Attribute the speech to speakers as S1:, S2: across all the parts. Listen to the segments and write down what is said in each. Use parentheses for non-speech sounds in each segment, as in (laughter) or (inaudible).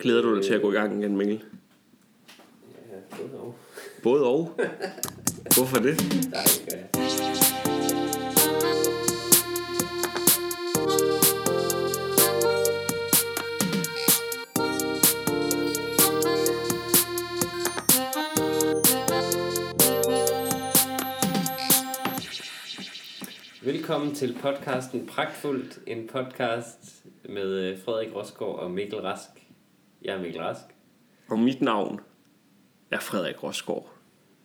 S1: Glæder du dig til at gå i gang igen, Mikkel?
S2: Ja, både og.
S1: Både og. Hvorfor det?
S2: Nej, det gør jeg. Velkommen til podcasten Pragtfuldt, en podcast med øh, Frederik Rosgaard og Mikkel Rask. Jeg er Mikkel Rask.
S1: Og mit navn er Frederik Rosgaard.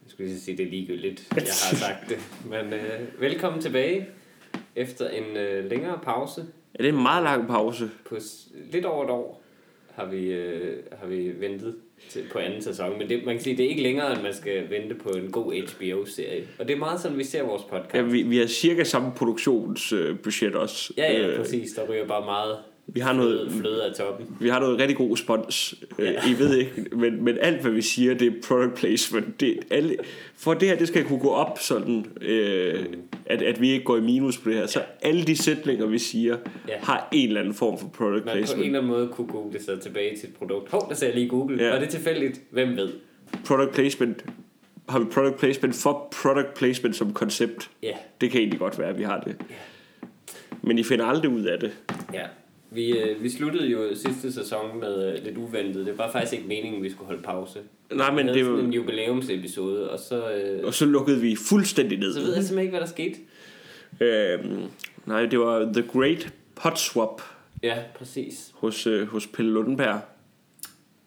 S2: Jeg skulle lige sige, det er ligegyldigt, jeg har sagt det. Men øh, velkommen tilbage efter en øh, længere pause.
S1: Ja, det er en meget lang pause.
S2: På s- lidt over et år har vi, øh, har vi ventet til, på anden sæson. Men det, man kan sige, det er ikke længere, end man skal vente på en god HBO-serie. Og det er meget sådan, vi ser vores podcast.
S1: Ja, vi, vi har cirka samme produktionsbudget også.
S2: Ja, ja,
S1: Øh,
S2: præcis. Der ryger bare meget
S1: vi har noget-
S2: fløde- fløde af toppen.
S1: Vi har noget rigtig god spons, ja. I ved ikke, men, men alt hvad vi siger, det er product placement. Det, er alle, for det her, det skal kunne gå op sådan, øh, at, at vi ikke går i minus på det her. Så alle de sætninger, vi siger,
S2: Ja.
S1: har en eller anden form for product
S2: Man på en
S1: placement.
S2: eller anden måde kunne google sig tilbage til et produkt. Hov, der ser jeg lige Google.
S1: Ja.
S2: Ja. Var det tilfældigt? Hvem ved?
S1: Product placement, har vi product placement for product placement som koncept?
S2: Ja.
S1: Det kan egentlig godt være, at vi har det. Men I finder aldrig ud af det.
S2: Ja, vi, øh, vi sluttede jo sidste sæson med øh, lidt uventet. Det var faktisk ikke meningen, vi skulle holde pause.
S1: Nej, men
S2: vi
S1: det
S2: havde
S1: er
S2: sådan en
S1: jo...
S2: jubilæumsepisode, og så, øh,
S1: Og så lukkede vi fuldstændig ned.
S2: så ved jeg simpelthen ikke, hvad der skete.
S1: Øhm, nej, det var The Great Pot Swap
S2: Ja, præcis.
S1: hos, øh, hos Pelle Lundenberg.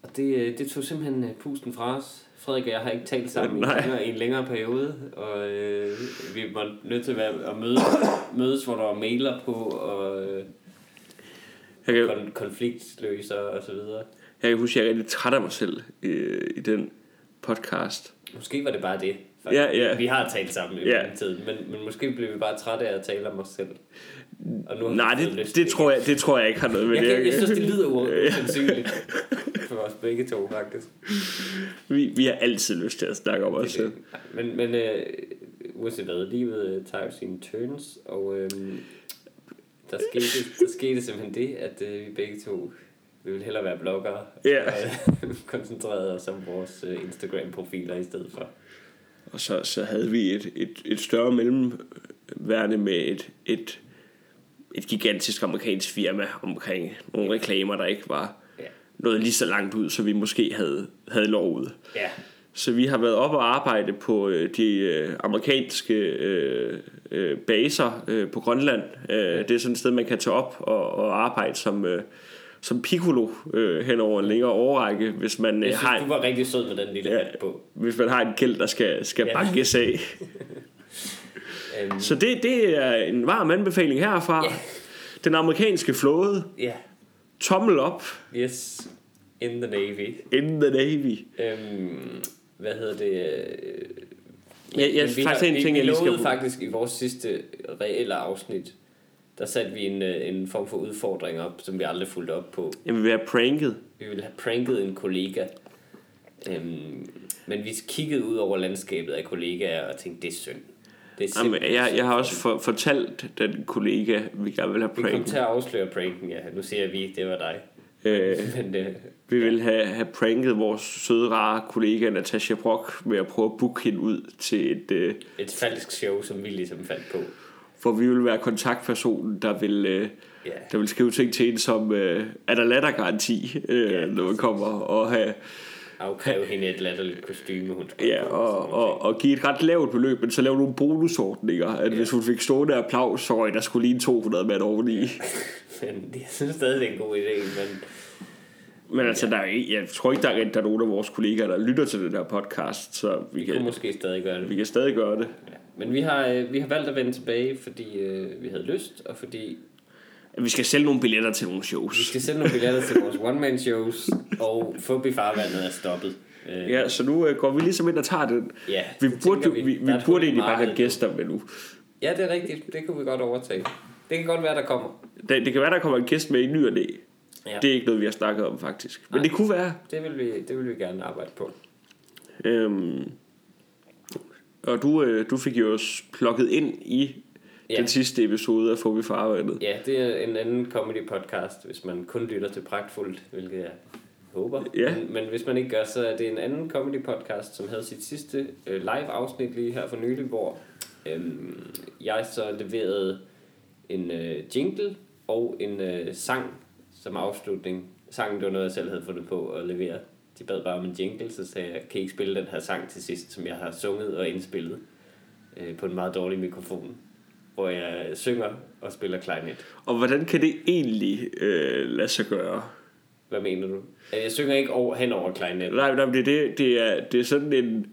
S2: Og det, øh, det tog simpelthen øh, pusten fra os. Frederik og jeg har ikke talt sammen i
S1: Nej.
S2: en længere, i en længere periode, og øh, vi var nødt til at, være, at møde, mødes, hvor der var mailer på, og øh,
S1: Jeg kan,
S2: kon- konfliktløser og så videre.
S1: jeg kan huske, at jeg er rigtig træt af mig selv øh, i den podcast.
S2: Måske var det bare det.
S1: Ja, ja.
S2: Vi har talt sammen i
S1: Ja.
S2: yeah. tiden, men, men måske blev vi bare trætte af at tale om os selv. Og nu har vi
S1: Nej,
S2: fået lyst
S1: det,
S2: til
S1: det, tror jeg, det tror jeg ikke har noget med
S2: Jeg,
S1: det.
S2: kan, jeg synes, det
S1: det
S2: lyder u- usandsynligt for os begge to, faktisk.
S1: vi, vi har altid lyst til at snakke om os selv.
S2: Men, men øh, uanset hvad, livet øh, tager jo sine turns, og øh, der, skete, der skete simpelthen det, at øh, vi begge to vi ville hellere være bloggere,
S1: Ja.
S2: og (laughs) øh, koncentrerede os om vores øh, Instagram-profiler i stedet for.
S1: Og så, så havde vi et, et, et større mellemværende med et, et, et gigantisk amerikansk firma omkring nogle reklamer, der ikke var
S2: Ja.
S1: noget lige så langt ud, så vi måske havde, havde lovet.
S2: Ja,
S1: Så vi har været op og arbejde på øh, de øh, amerikanske øh, øh, baser øh, på Grønland. Øh, det er sådan et sted, man kan tage op og, og arbejde som, øh, som piccolo øh, hen over en længere årrække, hvis man, øh,
S2: jeg
S1: har,
S2: synes,
S1: en,
S2: du var rigtig sød med den lille
S1: Ja.
S2: hat på.
S1: hvis man har en gæld, der skal, skal
S2: Ja.
S1: bankes af.
S2: Øhm,
S1: Så det, det er en varm anbefaling herfra.
S2: Ja.
S1: Den amerikanske flåde,
S2: Ja,
S1: tommel op,
S2: yes, in the navy.
S1: in the navy.
S2: Øhm, hvad hedder det? øh,
S1: Jeg, jeg,
S2: men vi
S1: faktisk
S2: har-
S1: en
S2: vi-
S1: ting,
S2: vi
S1: jeg lige skal...
S2: lovede faktisk i vores sidste reelle afsnit, der satte vi en, øh, en form for udfordring op, som vi aldrig fulgte op på.
S1: Jamen, vi er pranket.
S2: Vi ville have pranket en kollega. Øhm, men vi kiggede ud over landskabet af kollegaer og tænkte, det er synd. Det er
S1: Jamen,
S2: simpelthen
S1: jeg,
S2: synd
S1: jeg har
S2: for
S1: også for, fortalt den kollega, vi gerne vil have
S2: Vi kom
S1: pranket.
S2: til at afsløre pranken, ja. Nu siger vi, det var dig.
S1: Øh,
S2: Men øh,
S1: vi vil have, have pranket vores søde, rare kollega Natasha Brock med at prøve at booke hende ud til et... Øh,
S2: et falsk show, som vi ligesom fandt på.
S1: for vi vil være kontaktpersonen, der vil, øh,
S2: Ja.
S1: der vil skrive ting til en som, øh, er der lattergaranti, øh,
S2: Ja,
S1: når man kommer, og, have,
S2: Afkræve hende et latterligt kostyme, hun skulle
S1: ja,
S2: på,
S1: og,
S2: sådan
S1: og, og give et ret lavt beløb, men så lave nogle bonusordninger, at hvis hun fik stående applaus, så røg der skulle lige en 200 mand oveni.
S2: (laughs) Men jeg synes stadig, det er en god idé, men
S1: Men altså, der er, ikke- jeg tror ikke, der er, rigtig- der er nogen af vores kollegaer, der lytter til den her podcast, så vi,
S2: vi
S1: kan,
S2: kunne måske stadig gøre
S1: vi
S2: det.
S1: kan stadig gøre det.
S2: Men vi har, øh, vi har valgt at vende tilbage, fordi øh, vi havde lyst, og fordi
S1: Vi skal sælge nogle billetter til nogle
S2: vi
S1: shows.
S2: skal sende nogle billetter til vores one-man-shows, og Fubi Farvandet er stoppet. Øh,
S1: Ja, så nu øh, går vi ligesom ind og tager den.
S2: Ja,
S1: vi
S2: det
S1: burde, jo-
S2: tænker
S1: vi,
S2: vi.
S1: vi, vi
S2: Der er et
S1: burde
S2: hul i
S1: egentlig bare have
S2: markedet.
S1: gæster med nu.
S2: ja, det er rigtigt. Det kunne vi godt overtage. Det kan godt være, der kommer.
S1: Det, det kan være, der kommer en gæst med i ny og næ.
S2: Ja.
S1: Det er ikke noget, vi har snakket om faktisk. Men
S2: Nej.
S1: det kunne være.
S2: Det vil vi, det vil vi gerne arbejde på.
S1: Øhm, og du, øh, du fik jo også plukket ind i
S2: Ja.
S1: den sidste episode af Fobi Farvandet.
S2: Ja, det er en anden comedy-podcast, hvis man kun lytter til Pragtfuldt, hvilket jeg håber.
S1: Ja.
S2: Men, men hvis man ikke gør, så er det en anden comedy podcast, som havde sit sidste øh, live afsnit lige her for nylig, hvor øhm, jeg så leverede en øh, jingle og en øh, sang som afslutning. Sangen, det var noget, jeg selv havde fundet på at levere. De bad bare om en jingle, så sagde jeg, kan I ikke spille den her sang til sidst, som jeg har sunget og indspillet øh, på en meget dårlig mikrofon, hvor jeg synger og spiller klarinet.
S1: Og hvordan kan det egentlig øh, lade sig gøre?
S2: Hvad mener du? Øh, Jeg synger ikke over, hen over klarinet.
S1: Nej, nej men det, er det, det, er, det er sådan en...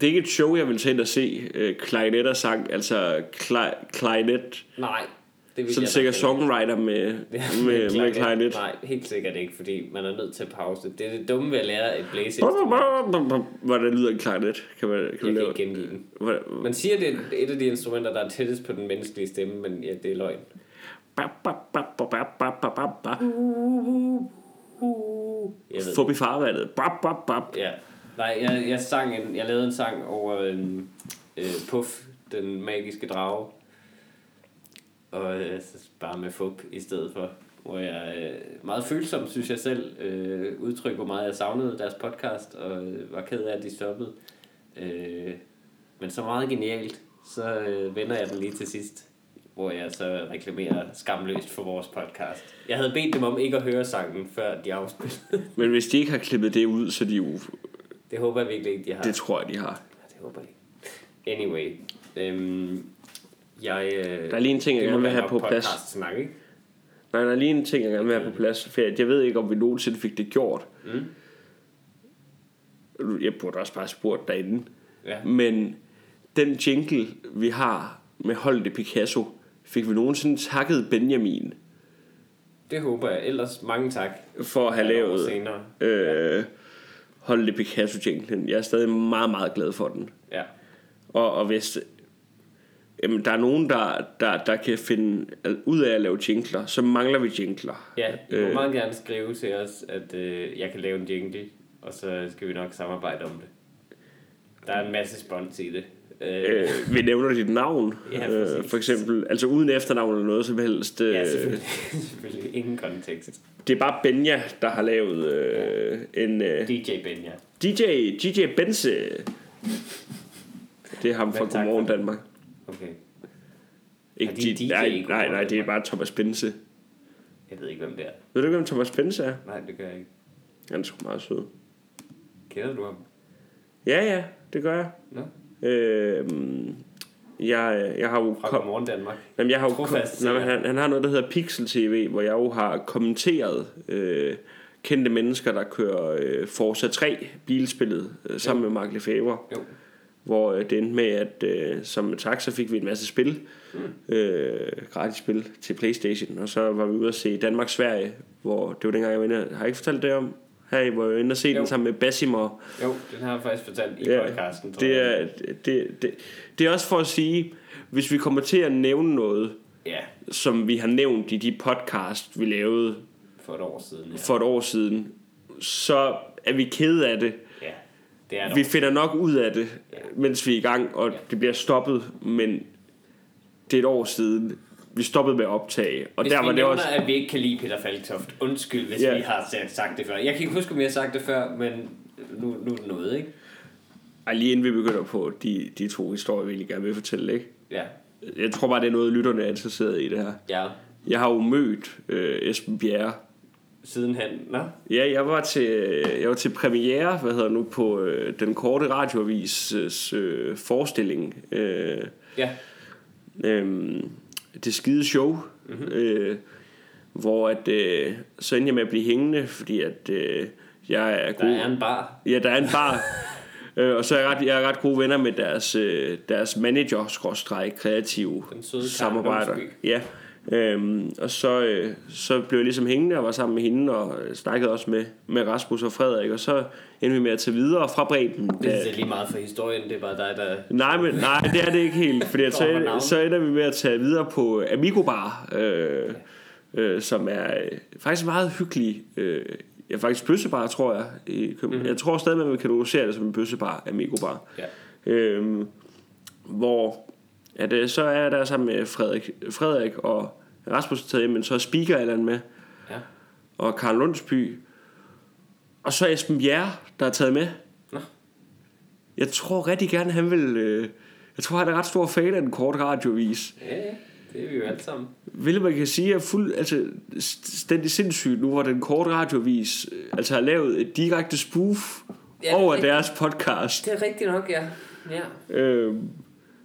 S1: Det er ikke et show, jeg vil tage ind og se. Øh, Klarinet og sang, altså kla- klarinet.
S2: Nej, det vil
S1: Sådan
S2: jeg
S1: sikkert
S2: da
S1: songwriter med,
S2: heller ikke.
S1: med, med klarinet.
S2: Nej, helt sikkert ikke, fordi man er nødt til at pause. Det er det dumme ved at lære et blæseinstrument.
S1: Hvordan lyder en klarinet? Kan man, kan man
S2: Jeg kan
S1: lave?
S2: ikke gengive den.
S1: Hvordan-
S2: Man siger, det er et af de instrumenter, der er tættest på den menneskelige stemme, men ja, det er løgn. Jeg ved
S1: Forbi farvandet. Bap, bap, bap.
S2: Ja. Nej, jeg, jeg, sang en, jeg lavede en sang over en, øh, Puff, den magiske drage. Og øh, så bare med fup i stedet for. Hvor jeg øh, meget følsom, synes jeg selv, øh, udtryk, hvor meget jeg savnede deres podcast, og øh, var ked af, at de stoppede. Øh, men så meget genialt, så øh, vender jeg den lige til sidst, hvor jeg så reklamerer skamløst for vores podcast. Jeg havde bedt dem om ikke at høre sangen, før de afspillede. (laughs)
S1: Men hvis de ikke har klippet det ud, så er de jo...
S2: Det håber jeg virkelig ikke, de har.
S1: Det tror jeg, de har.
S2: Ja, det håber jeg ikke. Anyway. Øhm, jeg, øh,
S1: Der er lige en ting, jeg
S2: det må
S1: gerne vil
S2: være
S1: have
S2: nok
S1: på plads.
S2: podcast-snak, ikke?
S1: Nej, der er lige en ting, jeg gerne vil have på plads. For jeg, jeg ved ikke, om vi nogensinde fik det gjort. Mm. Jeg burde også bare have spurgt derinde.
S2: Ja.
S1: Men den jingle, vi har med Holdet Picasso, fik vi nogensinde takket Benjamin
S2: Det håber jeg. Ellers mange tak.
S1: for at have
S2: Jeg lover
S1: lavet
S2: Senere.
S1: øh, Holdet Picasso-jinglen. Jeg er stadig meget, meget glad for den.
S2: Ja.
S1: Og, og hvis jamen, der er nogen, der, der, der kan finde ud af at lave jingler, så mangler vi jingler.
S2: Ja, I må
S1: Øh.
S2: meget gerne skrive til os, at øh, jeg kan lave en jingle, og så skal vi nok samarbejde om det. Der er en masse spons i det. Øh,
S1: Øh, vi nævner dit navn,
S2: Ja,
S1: øh,
S2: præcis.
S1: for eksempel. Altså uden efternavn eller noget som helst. Øh,
S2: ja, selvfølgelig. (laughs) selvfølgelig. Ingen kontekst.
S1: det er bare Benja, der har lavet øh, en øh,
S2: DJ Benja.
S1: DJ, DJ Benze. Det er ham fra
S2: Men tak
S1: Godmorgen
S2: for det.
S1: Danmark.
S2: Okay.
S1: Ikke
S2: Og de er
S1: de,
S2: DJ i
S1: nej, nej,
S2: Godmorgen
S1: nej, det er bare Thomas Benze.
S2: Jeg ved ikke, hvem det er.
S1: Ved du ikke, hvem Thomas Benze er?
S2: Nej, det gør jeg ikke.
S1: Han er sgu meget sød.
S2: Kender du ham?
S1: Ja, ja, det gør jeg.
S2: Nå?
S1: Øh, jeg, jeg har jo...
S2: Fra
S1: kom-
S2: Godmorgen Danmark.
S1: Jamen, jeg har jo
S2: Trofast,
S1: kom, nej, men
S2: sikkert.
S1: han, han har noget, der hedder Pixel TV, hvor jeg jo har kommenteret øh, kendte mennesker, der kører øh, Forza 3 bilspillet øh, sammen med Mark Lefebvre.
S2: Jo.
S1: Hvor øh, det endte med, at øh, som taxa fik vi en masse spil,
S2: Mm.
S1: øh, gratis spil til Playstation. Og så var vi ude at se Danmark-Sverige, hvor det var dengang, jeg var inde, og- har jeg ikke fortalt det om? Her hvor jeg var inde og se
S2: Jo.
S1: den sammen med Bassimer.
S2: Jo, den har jeg faktisk fortalt i podcasten, tror
S1: det,
S2: jeg.
S1: er, det, det, det er også for at sige, hvis vi kommer til at nævne noget,
S2: Ja,
S1: som vi har nævnt i de podcast, vi lavede
S2: for et år siden. Ja,
S1: for et år siden, så er vi kede af det.
S2: ja det er det.
S1: Vi finder nok ud af det, mens vi er i gang, og det bliver stoppet, men det er et år siden, vi stoppede med at optage. Og
S2: Hvis
S1: der
S2: vi
S1: var det
S2: nævner,
S1: også...
S2: at vi ikke kan lide Peter Falktoft, undskyld, hvis
S1: Ja.
S2: vi har sa- sagt det før. Jeg kan ikke huske, om jeg har sagt det før, men nu, nu er det noget, ikke?
S1: Ej, lige inden vi begynder på de, de to historier, vi egentlig gerne vil fortælle, ikke?
S2: Ja,
S1: Jeg tror bare, det er noget, lytterne er interesseret i det her.
S2: ja.
S1: Jeg har jo mødt øh, Esben Bjerre.
S2: Sidenhen, nå?
S1: Ja, jeg var til, jeg var til premiere, hvad hedder det nu, på øh, den korte radioavis øh, forestilling. Øh,
S2: Ja,
S1: øh, det skide show, mm-hmm. øh, hvor at, øh, så endte jeg med at blive hængende, fordi at øh, jeg er
S2: der
S1: god.
S2: er en bar.
S1: Ja, der er en
S2: (laughs)
S1: bar. øh, og så er jeg, ret, jeg er ret gode venner med deres, øh, deres manager, skråstreg, kreative
S2: Den søde Karen
S1: samarbejder.
S2: Lumsby.
S1: Ja. Øhm, og så, øh, så blev jeg ligesom hængende og var sammen med hende og øh, snakkede også med, med Rasmus og Frederik. Og så endte vi med at tage videre fra Bremen.
S2: Det er lige meget for historien, det er bare dig, der...
S1: Nej, men, nej, det er det ikke helt, fordi
S2: Står for
S1: så,
S2: navn.
S1: så ender vi med at tage videre på øh, Amigo Bar, øh, øh, som er øh, faktisk en meget hyggelig. Øh, ja, faktisk bøssebar, tror jeg. I København. Mm-hmm. Jeg tror stadig, man vil kategorisere det som en bøssebar, Amigo Bar.
S2: Mhm. Ja.
S1: Øh, hvor at, øh, så er jeg der sammen med Frederik, Frederik og Rasmus taget hjem, men så er speaker Allan med,
S2: Ja.
S1: og Karl Lundsby, Og så Esben Bjerre, der er taget med.
S2: Nå.
S1: Jeg tror rigtig gerne, han vil... Øh, jeg tror, han er ret stor fan af den korte radiovis.
S2: Ja, ja, det er vi jo alle sammen.
S1: Hvilket man kan sige er fuld, altså, stændig sindssygt nu, hvor den korte radiovis øh, altså, har lavet et direkte spoof
S2: det
S1: ja,
S2: er
S1: over
S2: rigtigt.
S1: deres podcast.
S2: Det er rigtigt nok, ja. Ja,
S1: Øh,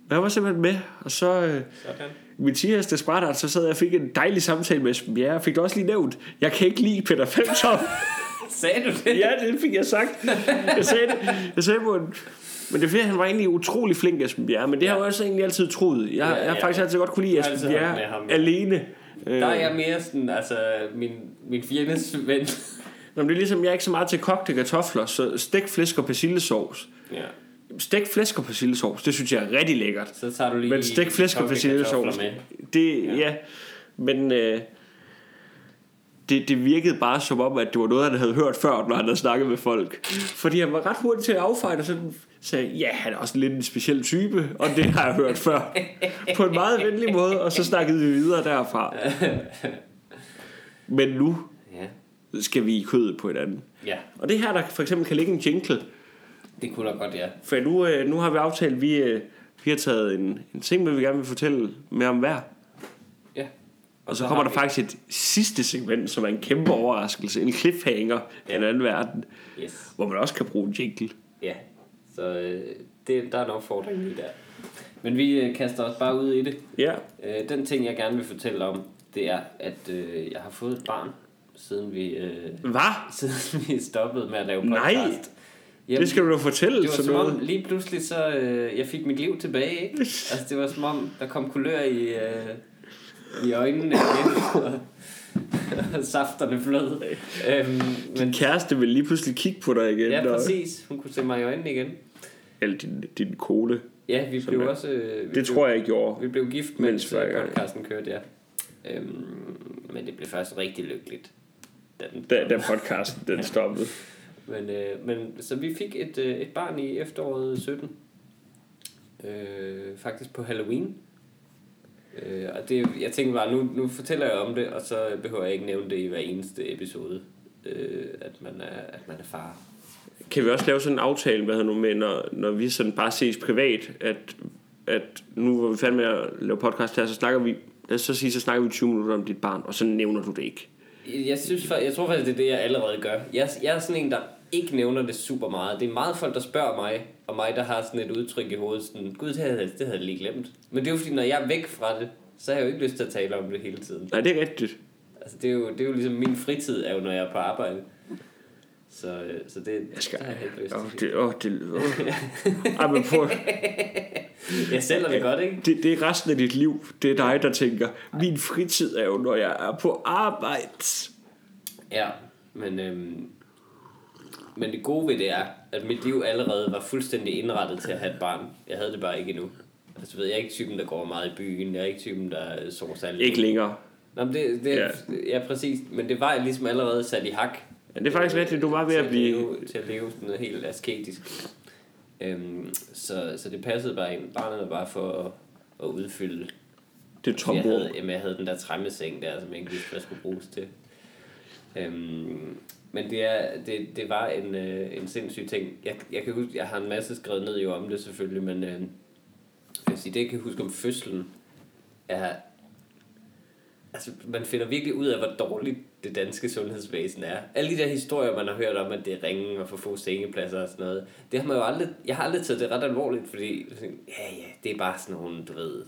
S1: men han var simpelthen med, og så... Øh,
S2: sådan.
S1: Mathias Desperate, så sad jeg og fik en dejlig samtale med Esben Bjerre. Jeg fik det også lige nævnt, jeg kan ikke lide Peter Femtop.
S2: Sagde du det?
S1: ja, det fik jeg sagt. Jeg sagde det. Jeg sagde på en... Men det er fordi, han var egentlig utrolig flink, Esben Bjerre. Men det ja. har jeg også egentlig altid troet. Jeg, ja, jeg har
S2: ja.
S1: faktisk altid godt kunne lide
S2: Jeg har
S1: Esben
S2: altid holdt med
S1: Bjerre
S2: ham.
S1: alene. Øh,
S2: Der er jeg mere sådan, altså, min, min fjendes ven.
S1: Nå, men det er ligesom, jeg er ikke så meget til kogte kartofler, så stegt flæsk og persillesauce.
S2: ja.
S1: Stegt flæsk og persillesauce, det synes jeg er rigtig lækkert.
S2: Så tager du lige...
S1: Men stegt flæsk og
S2: kogte
S1: persillesauce,
S2: kartofler med.
S1: det, ja. ja. Men øh, det, det virkede bare som om, at det var noget, han havde hørt før, når han havde snakket med folk. Fordi han var ret hurtig til at affeje og sådan sagde, ja, han er også lidt en speciel type, og det har jeg hørt før. På en meget venlig måde, og så snakkede vi videre derfra. Men nu
S2: Ja.
S1: skal vi i kødet på hinanden.
S2: ja,
S1: Og det er her, der for eksempel kan ligge en jingle.
S2: det kunne da godt, ja.
S1: For nu, øh, nu har vi aftalt, at vi, øh, vi har taget en, en ting, med, vi gerne vil fortælle mere om hver.
S2: ja.
S1: Og så
S2: så
S1: kommer
S2: har
S1: der faktisk et sidste segment, som er en kæmpe overraskelse. En cliffhanger af en anden verden,
S2: Yes.
S1: hvor man også kan bruge en jingle.
S2: Ja, så øh, det, der er en opfordring lige der. Men vi øh, kaster os bare ud i det.
S1: Ja.
S2: Øh, den ting, jeg gerne vil fortælle om, det er, at øh, jeg har fået et barn, siden vi, øh,
S1: Hvad?
S2: (laughs) siden vi stoppede med at lave
S1: Mm. Nej!
S2: podcast. Jamen,
S1: Det skal du da fortælle.
S2: det var
S1: sådan
S2: som om, lige pludselig så, øh, jeg fik mit liv tilbage,
S1: (laughs)
S2: ikke? Altså, det var som om, der kom kulør i, øh, i øjnene igen, og, (laughs) og safterne flød. Øhm,
S1: Din
S2: men,
S1: kæreste vil lige pludselig kigge på dig igen.
S2: ja,
S1: og-
S2: præcis. Hun kunne se mig i øjnene igen.
S1: Eller din, din kone.
S2: Ja, vi blev
S1: er-
S2: også... Øh, vi
S1: Det
S2: blev,
S1: tror jeg, jeg gjorde.
S2: Vi blev gift,
S1: Mens
S2: mens
S1: vi var i
S2: øh,
S1: gang.
S2: podcasten kørte, ja. Øhm, men det blev først rigtig lykkeligt. Da den,
S1: Da, da podcasten den stoppede.
S2: Men, øh, men, så vi fik et, øh, et barn i efteråret 17. Øh, faktisk på Halloween. Øh, og det, jeg tænkte bare, nu, nu fortæller jeg om det, og så behøver jeg ikke nævne det i hver eneste episode, øh, at, man er, at man er far.
S1: Kan vi også lave sådan en aftale hvad hedder nu, med, når, når vi sådan bare ses privat, at, at nu hvor vi er færdige med at lave podcast her, så snakker vi, lad os så sige, så snakker vi 20 minutter om dit barn, og så nævner du det ikke.
S2: Jeg, synes, fa- jeg tror faktisk, det er det, jeg allerede gør. Jeg, jeg er sådan en, der ikke nævner det super meget. Det er meget folk, der spørger mig, og mig, der har sådan et udtryk i hovedet, sådan, gud, det havde, jeg- det havde jeg lige glemt. Men det er jo fordi, når jeg er væk fra det, så har jeg jo ikke lyst til at tale om det hele tiden.
S1: Nej, det er rigtigt.
S2: Altså, det er jo, det er jo ligesom min fritid, er jo, når jeg er på arbejde. Så, øh, så det,
S1: Jeg skal...
S2: det har jeg ikke lyst
S1: Åh,
S2: til.
S1: det, åh, det, åh.
S2: (laughs)
S1: Ej, men prøv,
S2: Jeg sælger det godt, ikke?
S1: det, det er resten af dit liv. Det er dig, der tænker, min fritid er jo, når jeg er på arbejde.
S2: Ja, men, øhm, men det gode ved det er, at mit liv allerede var fuldstændig indrettet til at have et barn. Jeg havde det bare ikke endnu. Altså, ved, jeg er ikke typen, der går meget i byen. Jeg er ikke typen, der øh, sover særlig.
S1: Ikke længere.
S2: Nå, men det, det,
S1: Ja.
S2: ja. ja, præcis. Men det var jeg ligesom allerede sat i hak. Øh,
S1: Ja, det er faktisk rigtigt. Du var ved
S2: til
S1: at blive...
S2: leve, til at leve sådan noget helt asketisk. Øhm, så, så det passede bare ind. Barnet var bare for at, at udfylde.
S1: Det
S2: jeg,
S1: tomrum.
S2: havde, jamen, jeg havde den der træmmeseng der, som jeg ikke vidste, hvad skulle bruges til. Øhm, men det, er, det, det var en, øh, en sindssyg ting. Jeg, jeg kan huske, jeg har en masse skrevet ned jo om det selvfølgelig, men øh, jeg vil sige, det jeg kan huske om fødslen er... Altså, man finder virkelig ud af, hvor dårligt det danske sundhedsvæsen er. Alle de der historier, man har hørt om, at det er ringe og for få sengepladser og sådan noget, det har man jo aldrig, jeg har aldrig taget det ret alvorligt, fordi jeg tænkte, ja, ja, det er bare sådan nogle, du ved,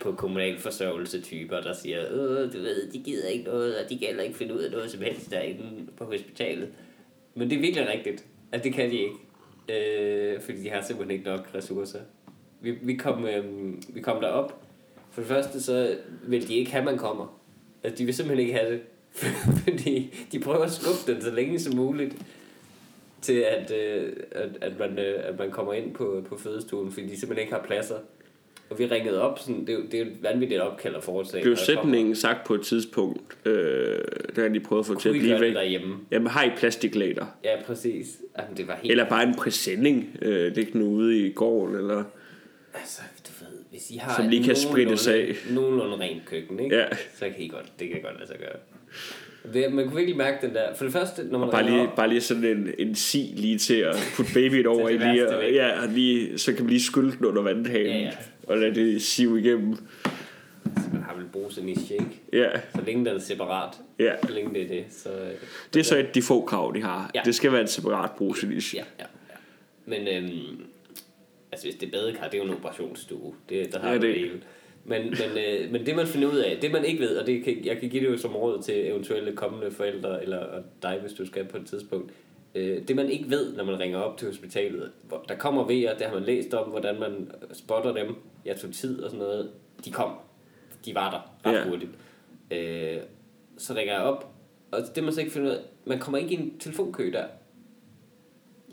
S2: på kommunal forsørgelse typer, der siger, øh, du ved, de gider ikke noget, og de kan heller ikke finde ud af noget som helst derinde på hospitalet. Men det er virkelig rigtigt, at det kan de ikke, øh, fordi de har simpelthen ikke nok ressourcer. Vi, vi, kom, øh, vi kom derop. For det første, så vil de ikke have, at man kommer. Altså, de vil simpelthen ikke have det, (laughs) fordi de prøver at skubbe den så længe som muligt til at, øh, at, at, man, øh, at man kommer ind på, på fødestuen, fordi de simpelthen ikke har pladser. Og vi ringede op, sådan, det, er jo- det er jo et vanvittigt opkald at foretage.
S1: Blev
S2: når der kommer-
S1: sætningen sagt på et tidspunkt, øh, der de prøvede at få til at
S2: Kunne I
S1: blive
S2: gøre det
S1: væk.
S2: derhjemme?
S1: Jamen, har I plastiklæder?
S2: Ja, præcis. Jamen, det var helt...
S1: Eller bare en præsending, øh, liggende ude i gården, eller...
S2: Altså, du ved, hvis I har
S1: Som lige kan
S2: nogenlunde-
S1: sprittes af.
S2: Nogenlunde rent køkken, ikke?
S1: Ja.
S2: Så kan I godt, det kan godt lade sig gøre. Det, man kunne virkelig mærke den der. For det første, når man
S1: Bare
S2: ringer
S1: lige,
S2: op-
S1: bare lige sådan en, en si lige til at putte
S2: (laughs)
S1: babyen over i
S2: det
S1: lige,
S2: værste
S1: og,
S2: væk.
S1: ja, og lige, så kan man lige skylde den under vandhanen
S2: Ja, ja.
S1: og lade det sive igennem.
S2: man har vel brug til en i shake.
S1: Ja,
S2: Så længe den er separat.
S1: Ja.
S2: Så længe det er det. Så, øh,
S1: det er så et af de få krav, de har.
S2: Ja.
S1: Det skal være en separat bruselis.
S2: ja, ja, ja. Men øhm, altså hvis det er badekar, det er jo en operationsstue. Det, der har
S1: Ja,
S2: ja, det.
S1: det-
S2: hele. Men, men, øh, men det man finder ud af, det man ikke ved, og det kan, jeg kan give det jo som råd til eventuelle kommende forældre, eller og dig, hvis du skal på et tidspunkt, øh, det man ikke ved, når man ringer op til hospitalet, hvor, der kommer vejer, det har man læst om, hvordan man spotter dem, jeg tog tid og sådan noget, de kom, de var der ret
S1: Ja.
S2: ja. hurtigt. Øh, så ringer jeg op, og det man så ikke finder ud af, man kommer ikke i en telefonkø der.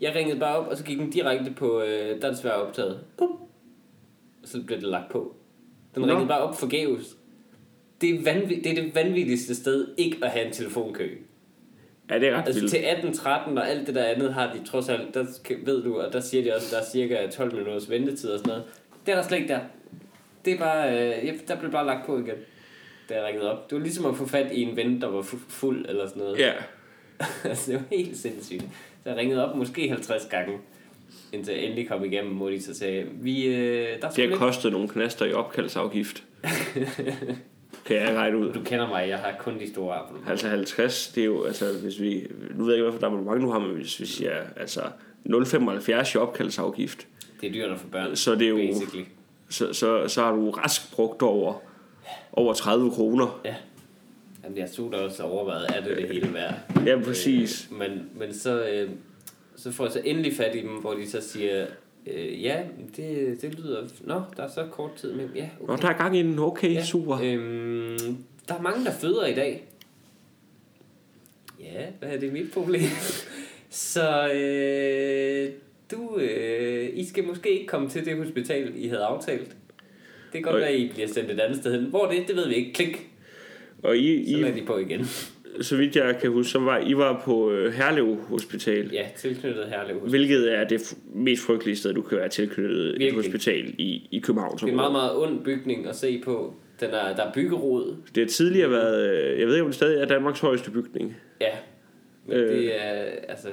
S2: Jeg ringede bare op, og så gik den direkte på, øh, der er desværre optaget. Bum. Og så blev det lagt på. Den
S1: Nå.
S2: Nå. ringede bare op forgæves. Det er, vanvi- det er det vanvittigste sted ikke at have en telefonkø.
S1: Ja, det er ret
S2: Altså
S1: vildt.
S2: til 18-13 og alt det der andet har de trods alt, der sk- ved du, og der siger de også, at der er cirka 12 minutters ventetid og sådan noget. Det er der slet ikke der. Det er bare, øh, ja, der blev bare lagt på igen, da jeg ringede op. Det var ligesom at få fat i en ven, der var fu- fuld eller sådan noget.
S1: Ja,
S2: (laughs) altså, det var helt sindssygt. Så jeg ringede op måske 50 gange, indtil jeg endelig kom igennem, hvor de så sagde, vi, øh, der er
S1: det
S2: sgu
S1: har
S2: lidt-
S1: kostet nogle knaster i
S2: (laughs)
S1: opkaldsafgift. kan jeg regne ud.
S2: Du kender mig, jeg har kun de store abonnementer.
S1: Altså 50, det er jo, altså hvis vi, nu ved jeg ikke, hvorfor der er mange du har, men hvis vi siger, altså 0,75 i opkaldsafgift,
S2: Det er dyrt at få børn,
S1: Så det er jo-
S2: basically.
S1: så, så, så har du rask brugt over, over 30 kroner.
S2: Ja. Jamen, jeg stod da også og overvejede, er det det hele værd?
S1: Øh, Ja, præcis.
S2: Øh, men, men så, øh, så får jeg så endelig fat i dem, hvor de så siger, øh, ja, det, det lyder... Nå, der er så kort tid med Ja, okay.
S1: Nå, der er gang i den. Okay,
S2: ja.
S1: super.
S2: Øhm, der er mange, der føder i dag. Ja, hvad er det mit problem? (laughs) så øh, du, øh, I skal måske ikke komme til det hospital, I havde aftalt. Det kan godt
S1: Og-
S2: være, I bliver sendt et andet sted hen. Hvor er det, det ved vi ikke. Klik.
S1: Og I,
S2: Så
S1: I,
S2: lader de på igen. (laughs)
S1: så vidt jeg kan huske, så var I var på øh, Herlev Hospital,
S2: Ja, tilknyttet Herlev Hospital.
S1: hvilket er det f- mest frygtelige sted, du kan være tilknyttet et
S2: Virkelig.
S1: hospital i, i København.
S2: Det er en meget, meget ond bygning at se på. Den er, der er byggerod.
S1: Det har tidligere været, øh, jeg ved ikke om det stadig er Danmarks højeste bygning.
S2: Ja. Men
S1: Øh.
S2: øh. det er, altså...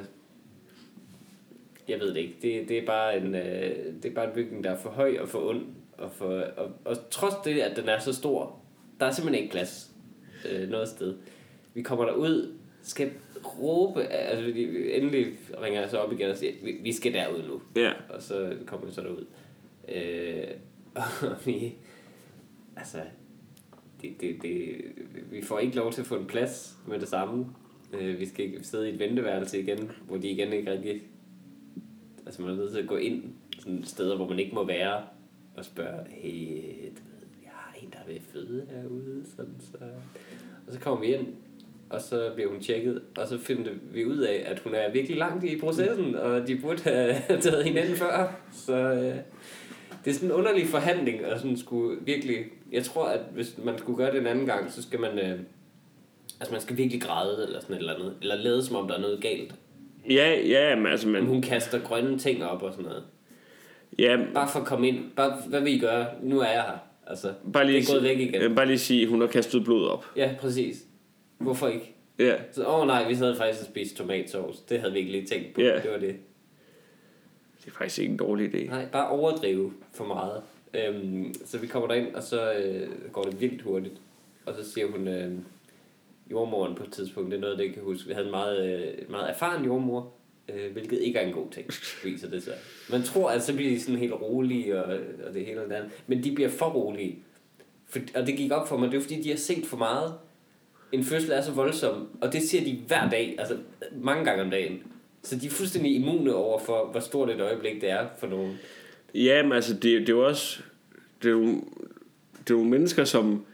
S2: Jeg ved det ikke. Det, det, er bare en, øh, det er bare en bygning, der er for høj og for ond. Og, for, og, og trods det, at den er så stor, der er simpelthen ikke plads øh, noget sted. Vi kommer derud, skal råbe... Altså, vi- endelig ringer jeg så op igen og siger, vi, vi skal derud nu.
S1: Ja.
S2: (laughs) Og så kom vi så derud. Øh, (laughs) og vi... Altså... Det, det, det, vi får ikke lov til at få en plads med det samme. Øh, vi skal ikke sidde i et venteværelse igen, hvor de igen ikke rigtig... Altså, man er nødt til at gå ind sådan steder, hvor man ikke må være, og spørge, hey, du ved, jeg har en, der er ved at føde herude, sådan så... Og så kommer vi ind, og så bliver hun tjekket, og så finder vi ud af, at hun er virkelig langt i processen, og de burde have (laughs) taget hinanden før. Så øh, det er sådan en underlig forhandling, og sådan skulle virkelig... Jeg tror, at hvis man skulle gøre det en anden gang, så skal man... Øh, altså, man skal virkelig græde, eller sådan et eller andet. Eller lade, som om der er noget galt.
S1: Ja, ja, men altså,
S2: Men
S1: man,
S2: hun kaster grønne ting op og sådan noget.
S1: ja,
S2: Bare for at komme ind. Bare, hvad vil I gøre? Nu er jeg her. Altså,
S1: bare lige,
S2: det er gået væk igen.
S1: øh, bare lige sige, hun har kastet blod op.
S2: Ja, præcis. Hvorfor ikke?
S1: Ja.
S2: Så, åh oh, nej, vi sad faktisk og spiste tomatsovs. Det havde vi ikke lige tænkt på.
S1: Ja.
S2: Det var det.
S1: Det er faktisk ikke en dårlig idé.
S2: Nej, bare overdrive for meget. Øhm, så vi kommer derind, og så øh, går det vildt hurtigt. Og så siger hun, øh, jordmoren på et tidspunkt, det er noget, det jeg kan huske. Vi havde en meget, øh, meget erfaren jordmor, øh, hvilket ikke er en god ting, viser det sig. Man tror, at så bliver de sådan helt rolige, og, og det hele og det andet. Men de bliver for rolige. For, og det gik op for mig, det er fordi, de har set for meget. En fødsel er så voldsom, og det siger de hver dag, altså mange gange om dagen. Så de er fuldstændig immune over for, hvor stort et øjeblik det er for nogen.
S1: Ja, men altså, det, det er jo også... Det er jo, det er jo mennesker, som...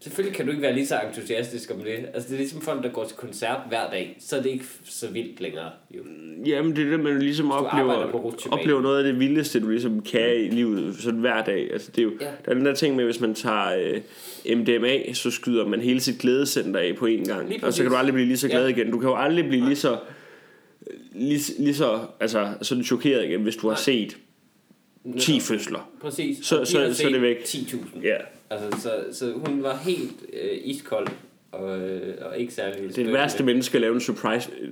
S2: Selvfølgelig kan du ikke være lige så entusiastisk om det. Altså, det er ligesom folk, der går til koncert hver dag, så er det ikke så vildt længere. Jo.
S1: Jamen, det er det, man ligesom
S2: arbejder på
S1: oplever,
S2: rutsjebanen.
S1: oplever noget af det vildeste, du ligesom kan i livet sådan hver dag. Altså, det er jo,
S2: Ja.
S1: Der er den der ting med, hvis man tager øh, MDMA, så skyder man hele sit glædescenter af på én gang. Og så
S2: Lige
S1: kan
S2: præcis.
S1: du aldrig blive lige så glad
S2: Ja.
S1: igen. Du kan jo aldrig blive lige så, lige, lige så altså, sådan chokeret igen, hvis du har set 10 fødsler.
S2: Præcis.
S1: Så-
S2: Og de
S1: så-
S2: har
S1: så
S2: set
S1: er det væk.
S2: 10.000.
S1: Ja.
S2: Altså, så, så hun var helt øh, iskold og, øh, og ikke særlig
S1: Det er det værste menneske at lave en surprise, øh,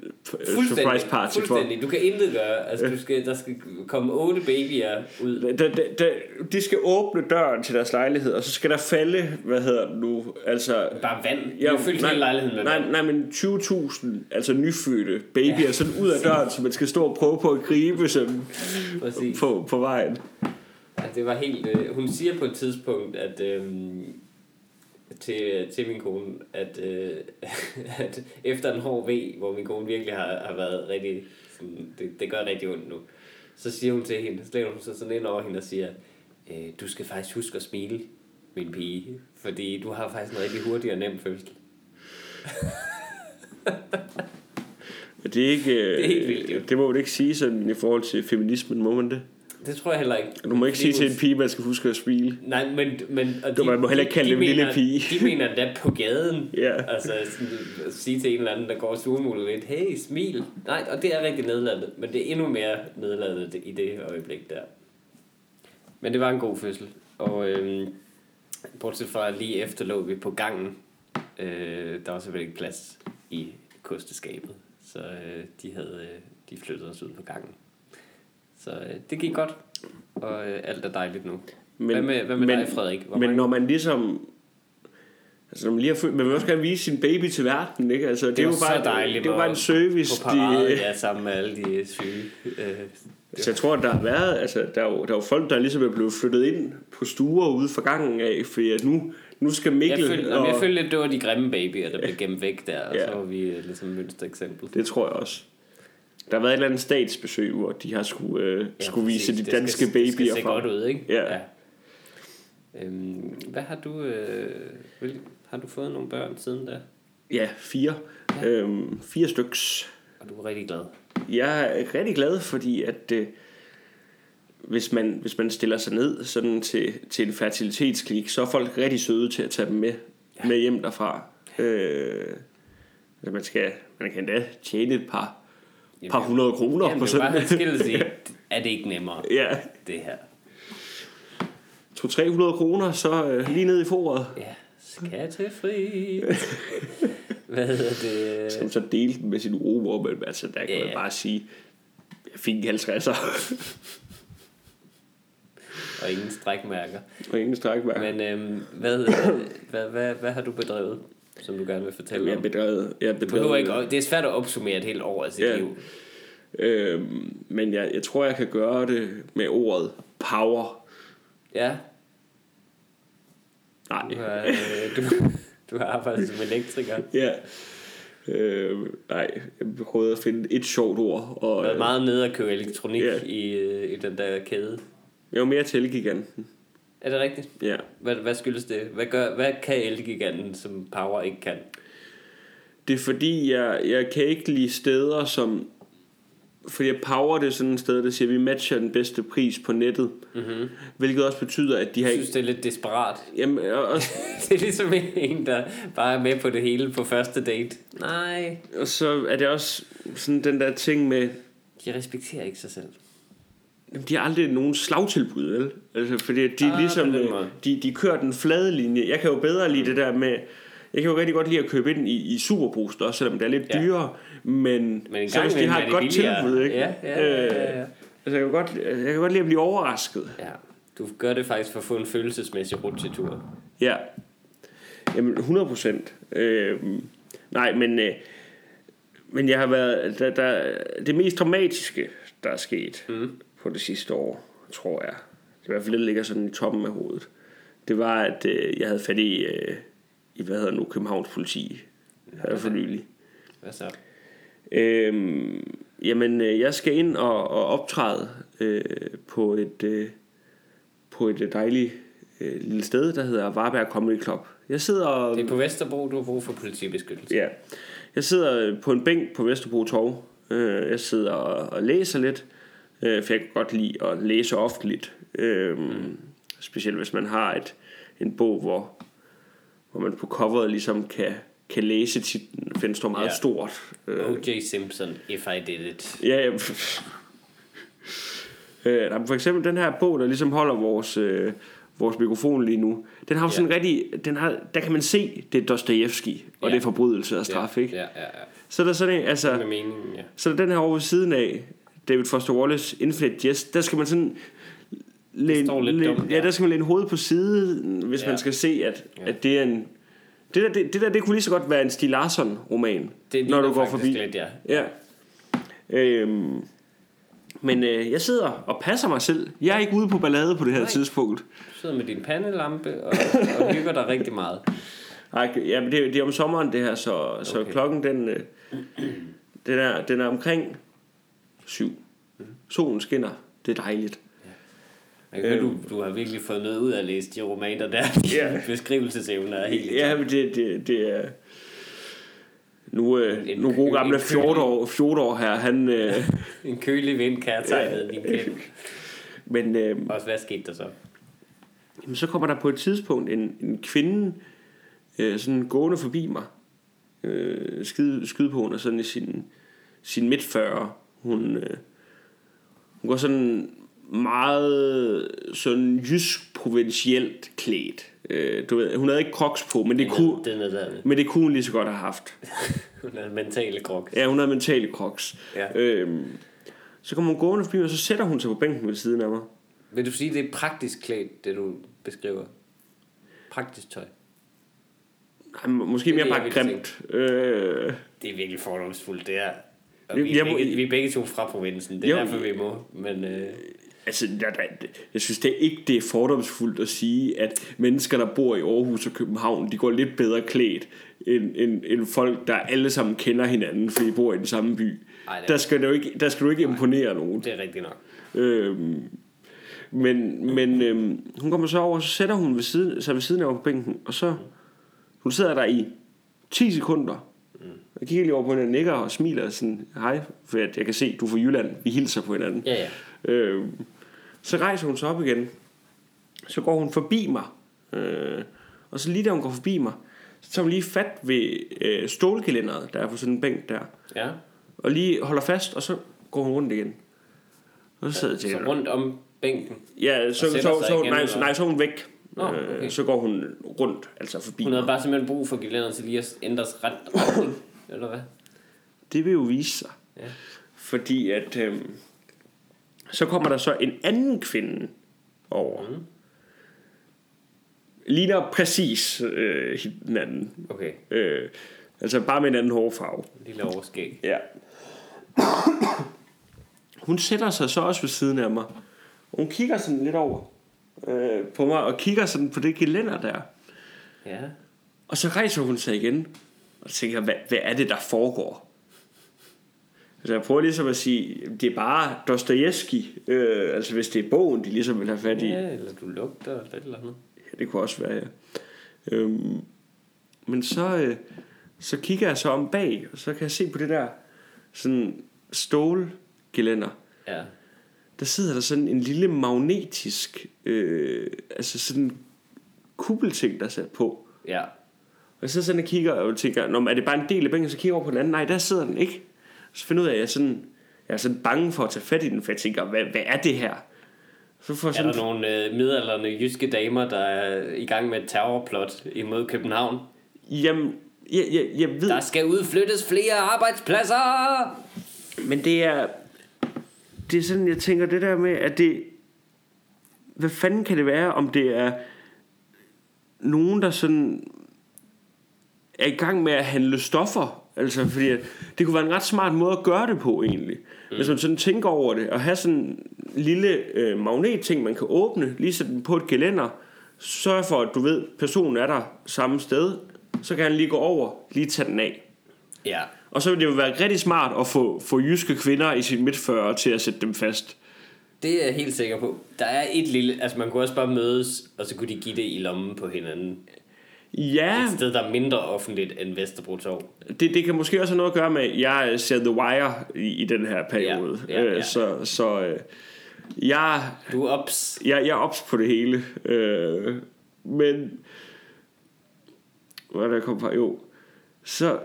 S1: surprise party for.
S2: fuldstændig. Du kan intet gøre. Altså, du skal, der skal komme otte babyer ud.
S1: De, de, de, de skal åbne døren til deres lejlighed, og så skal der falde, hvad hedder det nu, altså...
S2: Bare vand. Jeg har fyldt hele lejligheden med
S1: nej,
S2: vand.
S1: nej, men 20.000, altså nyfødte babyer, ja, sådan ud af døren, som man skal stå og prøve på at gribe som,
S2: Præcis.
S1: på, på vejen.
S2: Altså, det var helt... Øh, hun siger på et tidspunkt, at... Øh, til, til min kone, at, øh, (laughs) at efter en hård V, hvor min kone virkelig har, har været rigtig... Sådan, det, det gør rigtig ondt nu. Så siger hun til hende, så lægger hun sig sådan ind over hende og siger, øh, du skal faktisk huske at smile, min pige, fordi du har faktisk en rigtig hurtig og nem fødsel.
S1: Men Det er ikke... øh,
S2: Det er helt vildt, jo.
S1: Det må man ikke sige sådan i forhold til feminismen, må man det?
S2: Det tror jeg heller ikke.
S1: Du må ikke sige
S2: Fordi
S1: til
S2: hun-
S1: en pige, man skal huske at smile.
S2: Nej, men... men og
S1: Du, man må heller ikke kalde
S2: de
S1: dem en lille
S2: mener-
S1: pige.
S2: De mener endda på gaden.
S1: (laughs) Ja.
S2: Altså, sådan, at sige til en eller anden, der går surmulet lidt, hey, smil. Nej, og det er rigtig nedladet, men det er endnu mere nedladet i det øjeblik der. Men det var en god fødsel. Og øhm, bortset fra lige efter lå vi på gangen. Øh, der var selvfølgelig ikke plads i kosteskabet. Så øh, de havde øh, de flyttede os ud på gangen. Så øh, det gik godt. Og øh, alt er dejligt nu. Men, hvad med, hvad med men, dig, Frederik? Hvor
S1: men
S2: mange-
S1: når man ligesom... Altså, når man, lige har født, man vil også gerne vise sin baby til verden, ikke? Altså, det,
S2: Det
S1: er jo
S2: var
S1: bare,
S2: så dejligt
S1: det er jo bare
S2: at-
S1: en service.
S2: på parade,
S1: de,
S2: ja, sammen med alle de syge. Øh,
S1: altså, jeg tror, der har været... Altså, der er, jo, der er jo folk, der ligesom er blevet flyttet ind på stuer ude fra gangen af, fordi at nu, nu skal
S2: jeg,
S1: Mikkel...
S2: følte, og...
S1: og,
S2: jeg følte lidt, det var de grimme babyer, der blev gemt væk der, og
S1: Ja.
S2: så var vi øh, ligesom mønstereksempel.
S1: Det tror jeg også. Der har været et eller andet statsbesøg, hvor de har skulle, øh, ja, skulle
S2: præcis.
S1: vise de
S2: Det
S1: danske
S2: skal,
S1: babyer
S2: Det skal se
S1: frem.
S2: godt ud, ikke?
S1: Ja.
S2: Øhm, hvad har du... Øh, vil, har du fået nogle børn siden da?
S1: Ja, fire. Ja. Øhm, fire styks.
S2: Og du er rigtig glad.
S1: Jeg er rigtig glad, fordi at øh, hvis, man, hvis man stiller sig ned sådan til, til en fertilitetsklinik, så er folk rigtig søde til at tage dem med, ja. med hjem derfra. Øh, altså man, skal, man kan endda tjene et par,
S2: Jamen,
S1: par hundrede kroner
S2: Jamen,
S1: på
S2: det var bare
S1: sådan
S2: en skillelse i,
S1: (laughs)
S2: er det ikke nemmere,
S1: Ja,
S2: det her?
S1: 200-300 kroner, så øh, lige ned i foråret.
S2: Ja,
S1: (laughs)
S2: skattefri. hvad hedder det?
S1: Som så delte den med sin uro, men altså, der kan
S2: Ja,
S1: yeah. man
S2: ja.
S1: bare sige, jeg fik en (laughs) 50'er
S2: Og ingen strækmærker.
S1: og ingen strækværk.
S2: Men øhm, hvad, øh, hvad, hvad, hvad har du bedrevet, som du gerne vil fortælle
S1: Jeg
S2: om?
S1: bedrevede. Jeg
S2: Du behøver
S1: bedrevede
S2: ikke, det er svært at opsummere et helt år af sit
S1: Ja.
S2: liv.
S1: Øhm, men jeg, jeg tror, jeg kan gøre det med ordet power.
S2: Ja,
S1: Nej.
S2: du har, øh, du, du har arbejdet som elektriker.
S1: Ja. Øhm, nej, jeg prøvede at finde et sjovt ord.
S2: Du
S1: Og,
S2: har været
S1: øh,
S2: meget nede at købe elektronik
S1: Ja.
S2: i, øh, i den der kæde.
S1: jeg var øh, mere til Elgiganten.
S2: Er det rigtigt?
S1: Ja.
S2: Hvad, hvad skyldes det? Hvad, gør, hvad kan elgiganten, som Power ikke kan?
S1: Det er fordi, jeg, jeg kan ikke lide steder, som... Fordi jeg power det er sådan et sted, der siger, at vi matcher den bedste pris på nettet. Mm-hmm. Hvilket også betyder, at de har
S2: Mhm. Jeg
S1: ikke...
S2: synes, det er lidt desperat. (laughs)
S1: Jamen, og, også,
S2: Det er ligesom en, der bare er med på det hele på første date. Nej,
S1: og så er det også sådan den der ting med...
S2: de respekterer ikke sig selv.
S1: Jamen, de har aldrig nogen slagtilbud, vel? Altså, fordi de,
S2: Ah,
S1: ah, ligesom,
S2: på den
S1: øh,
S2: måde.
S1: de, de kører den flade linje. Jeg kan jo bedre lide det der med... Jeg kan jo rigtig godt lide at købe ind i, i Superbrugsen også, selvom det er lidt
S2: Ja.
S1: ja. dyrere. Men,
S2: Men en
S1: så
S2: gang
S1: hvis de
S2: imellem
S1: har
S2: er
S1: et
S2: det
S1: godt
S2: billigere.
S1: tilbud, ikke?
S2: Ja, ja, ja, ja, ja.
S1: Øh, altså, jeg kan, godt, jeg kan godt lide at blive overrasket.
S2: Ja, du gør det faktisk for at få en følelsesmæssig rutsjetur.
S1: Ja. Jamen, 100 procent. Øh, nej, men, øh, men jeg har været... Der, der, det mest dramatiske, der er sket mm. på det sidste år, tror jeg, i hvert fald det ligger sådan i toppen af hovedet, det var, at øh, jeg havde fat i, øh, i hvad hedder nu, Københavns politi her for nylig.
S2: Hvad så?
S1: Øhm, jamen, øh, jeg skal ind og, og optræde øh, på et øh, på et øh, dejligt øh, lille sted, der hedder Varberg Comedy Club. Jeg sidder og,
S2: Det er på Vesterbro, du har brug for politibeskyttelse.
S1: ja, jeg sidder øh, på en bænk på Vesterbro Torv. Øh, jeg sidder og, og læser lidt, øh, for jeg kan godt lide at læse offentligt. Øh, mm. Specielt hvis man har et en bog, hvor, hvor man på coveret ligesom kan, kan læse titlen. Den står meget
S2: Ja.
S1: ja. stort. Øh,
S2: O.J. Simpson, If I Did It.
S1: Ja, ja. Øh, nej, men for eksempel den her bog, der ligesom holder vores, øh, vores mikrofon lige nu, den har jo
S2: Ja.
S1: sådan en rigtig, den har, der kan man se, det er Dostojevski, og
S2: Ja.
S1: det er forbrydelse og straf,
S2: ja,
S1: ikke?
S2: Ja, ja, ja.
S1: Så er der sådan en, altså...
S2: Med meningen, ja.
S1: Så den her over ved siden af, David Foster Wallace, Infinite Jest, der skal man sådan... Læn,
S2: står lidt dumt,
S1: ja.
S2: ja.
S1: der skal man læne hovedet på siden, hvis
S2: Ja.
S1: man skal se, at,
S2: Ja.
S1: at det er en... Det der, det, det der, det kunne lige så godt være en Stig Larsson-roman,
S2: Det
S1: når du
S2: ligner
S1: går
S2: faktisk
S1: forbi.
S2: Lidt, ja.
S1: Ja. Øhm, men øh, jeg sidder og passer mig selv. Jeg er ikke ude på ballade på det her
S2: Nej.
S1: tidspunkt.
S2: Du sidder med din pandelampe og, og hygger dig rigtig meget.
S1: Ej, ja, men det, er- det er om sommeren det her, så, okay. så
S2: Okay.
S1: klokken den, øh, den, er, den er omkring syv. Solen skinner. Det er dejligt.
S2: Jeg kan høre, du, du har virkelig fået noget ud af at læse de romaner der. (laughs)
S1: Ja.
S2: Yeah. Beskrivelsesevner er helt...
S1: Ja, men det, det, det er... Nu, øh,
S2: En-
S1: nu gode gamle
S2: en
S1: 14 år, 14 år her, han... Øh,
S2: (laughs) En kølig vind kan have tegnet din kæld.
S1: men øh,
S2: Også hvad skete der så?
S1: jamen, så kommer der på et tidspunkt en, en kvinde øh, sådan gående forbi mig. Øh, skide, skyde på hende, sådan i sin, sin midt 40. Hun, øh, hun går sådan meget sådan jysk provincielt klædt. Øh, du ved, hun havde ikke kroks på, men det, kunne,
S2: Den er der.
S1: men det kunne hun lige så godt have haft.
S2: (laughs) Hun er mentale krok.
S1: Ja, hun har mentale kroks.
S2: Ja.
S1: Øhm, så kommer hun gående forbi mig, og så sætter hun sig på bænken ved siden af mig.
S2: Vil du sige, det er praktisk klædt, det du beskriver? Praktisk tøj.
S1: Ej, må- måske
S2: Det
S1: mere
S2: er det,
S1: bare
S2: jeg ville
S1: grimt. Øh,
S2: Det er virkelig fordomsfuldt, det er. Og
S1: Jeg-
S2: vi, er
S1: jeg må-
S2: begge, vi er begge to fra provinsen, det er
S1: Jo.
S2: derfor, vi må. Men øh,
S1: altså, jeg, jeg, jeg synes det ikke, det er fordomsfuldt at sige, at mennesker, der bor i Aarhus og København, de går lidt bedre klædt, end, end, end folk, der alle sammen kender hinanden, fordi de bor i den samme by.
S2: Ej, det er-
S1: der, skal du ikke, der skal du ikke imponere nogen.
S2: det er rigtigt nok.
S1: Øhm, men men øhm, hun kommer så over, og så sætter hun ved siden, sig ved siden af mig på bænken, og så hun sidder der i 10 sekunder. Jeg kigger lige over på hende og nikker og smiler og sådan, hej, for at jeg kan se, du er fra Jylland, vi hilser på hinanden.
S2: Ja, ja.
S1: Øhm, så rejser hun sig op igen, så går hun forbi mig, øh, og så lige da hun går forbi mig, så tager hun lige fat ved øh, stålgelænderet, der er på sådan en bænk der,
S2: ja.
S1: og lige holder fast, og så går hun rundt igen. Og så sidder jeg og
S2: Så
S1: tænker,
S2: rundt om bænken.
S1: Ja, så, så,
S2: sætter
S1: så,
S2: sig
S1: så,
S2: igen,
S1: nej,
S2: eller
S1: så,
S2: hvad?
S1: nej, så er hun væk.
S2: Nå, okay.
S1: Øh, Så går hun rundt, altså forbi.
S2: Hun havde
S1: mig.
S2: bare simpelthen brug for gelænderen til lige at ændres ret (coughs) retning, eller hvad?
S1: Det vil jo vise sig.
S2: Ja.
S1: Fordi at... Øh, så kommer der så en anden kvinde over.
S2: Mhm.
S1: Mm. Ligner præcis øh, den anden.
S2: Okay,
S1: Øh, altså bare med en anden hårfarve.
S2: lille overskæg.
S1: Ja. (coughs) Hun sætter sig så også ved siden af mig. Hun kigger sådan lidt over øh, på mig, og kigger sådan på det gelænder der.
S2: Ja.
S1: Og så rejser hun sig igen, og så tænker jeg, hvad, hvad er det, der foregår? Altså jeg prøver ligesom at sige, det er bare Dostojevski, øh, altså hvis det er bogen, de ligesom vil have fat i.
S2: ja, eller du lugter, eller et eller andet.
S1: Ja, det kunne også være, ja. Øhm, men så, øh, så kigger jeg så om bag, og så kan jeg se på det der sådan stålgelænder.
S2: Ja.
S1: Der sidder der sådan en lille magnetisk, øh, altså sådan kuppelting, der er sat på.
S2: Ja.
S1: Og så sådan og kigger og tænker, Nå, men er det bare en del af bænken, så kigger jeg over på den anden. Nej, der sidder den ikke. Så finder jeg ud af, at jeg, sådan, jeg er sådan bange for at tage fat i den, for jeg tænker, hvad, hvad er det her? Så får jeg
S2: Er
S1: sådan,
S2: der nogle øh, midalderne jyske damer, der er i gang med et terrorplot imod København?
S1: jamen, jeg, jeg, jeg ved,
S2: Der skal udflyttes flere arbejdspladser!
S1: men det er, det er sådan, jeg tænker det der med, at det, hvad fanden kan det være, om det er nogen, der sådan er i gang med at handle stoffer. Altså, fordi at det kunne være en ret smart måde at gøre det på, egentlig. Mm. Hvis man sådan tænker over det, og have sådan en lille øh, magnetting, man kan åbne, lige sætte den på et gelænder, sørg for, at du ved, personen er der samme sted, så kan han lige gå over, lige tage den af.
S2: Ja.
S1: Og så ville det jo være rigtig smart at få, få jyske kvinder i sin midt 40 til at sætte dem fast.
S2: Det er jeg helt sikker på. Der er et lille... Altså, man kunne også bare mødes, og så kunne de give det i lommen på hinanden.
S1: Ja,
S2: Et sted, der er mindre offentligt end Vesterbro Torv.
S1: det, det kan måske også have noget at gøre med, at jeg øh, ser The Wire i, i den her periode.
S2: Ja, ja, ja.
S1: Øh, Så, så øh, jeg,
S2: Du er ops.
S1: jeg, jeg er ops på det hele. Øh, men... Hvad er det, jeg kom fra? Jo. Så,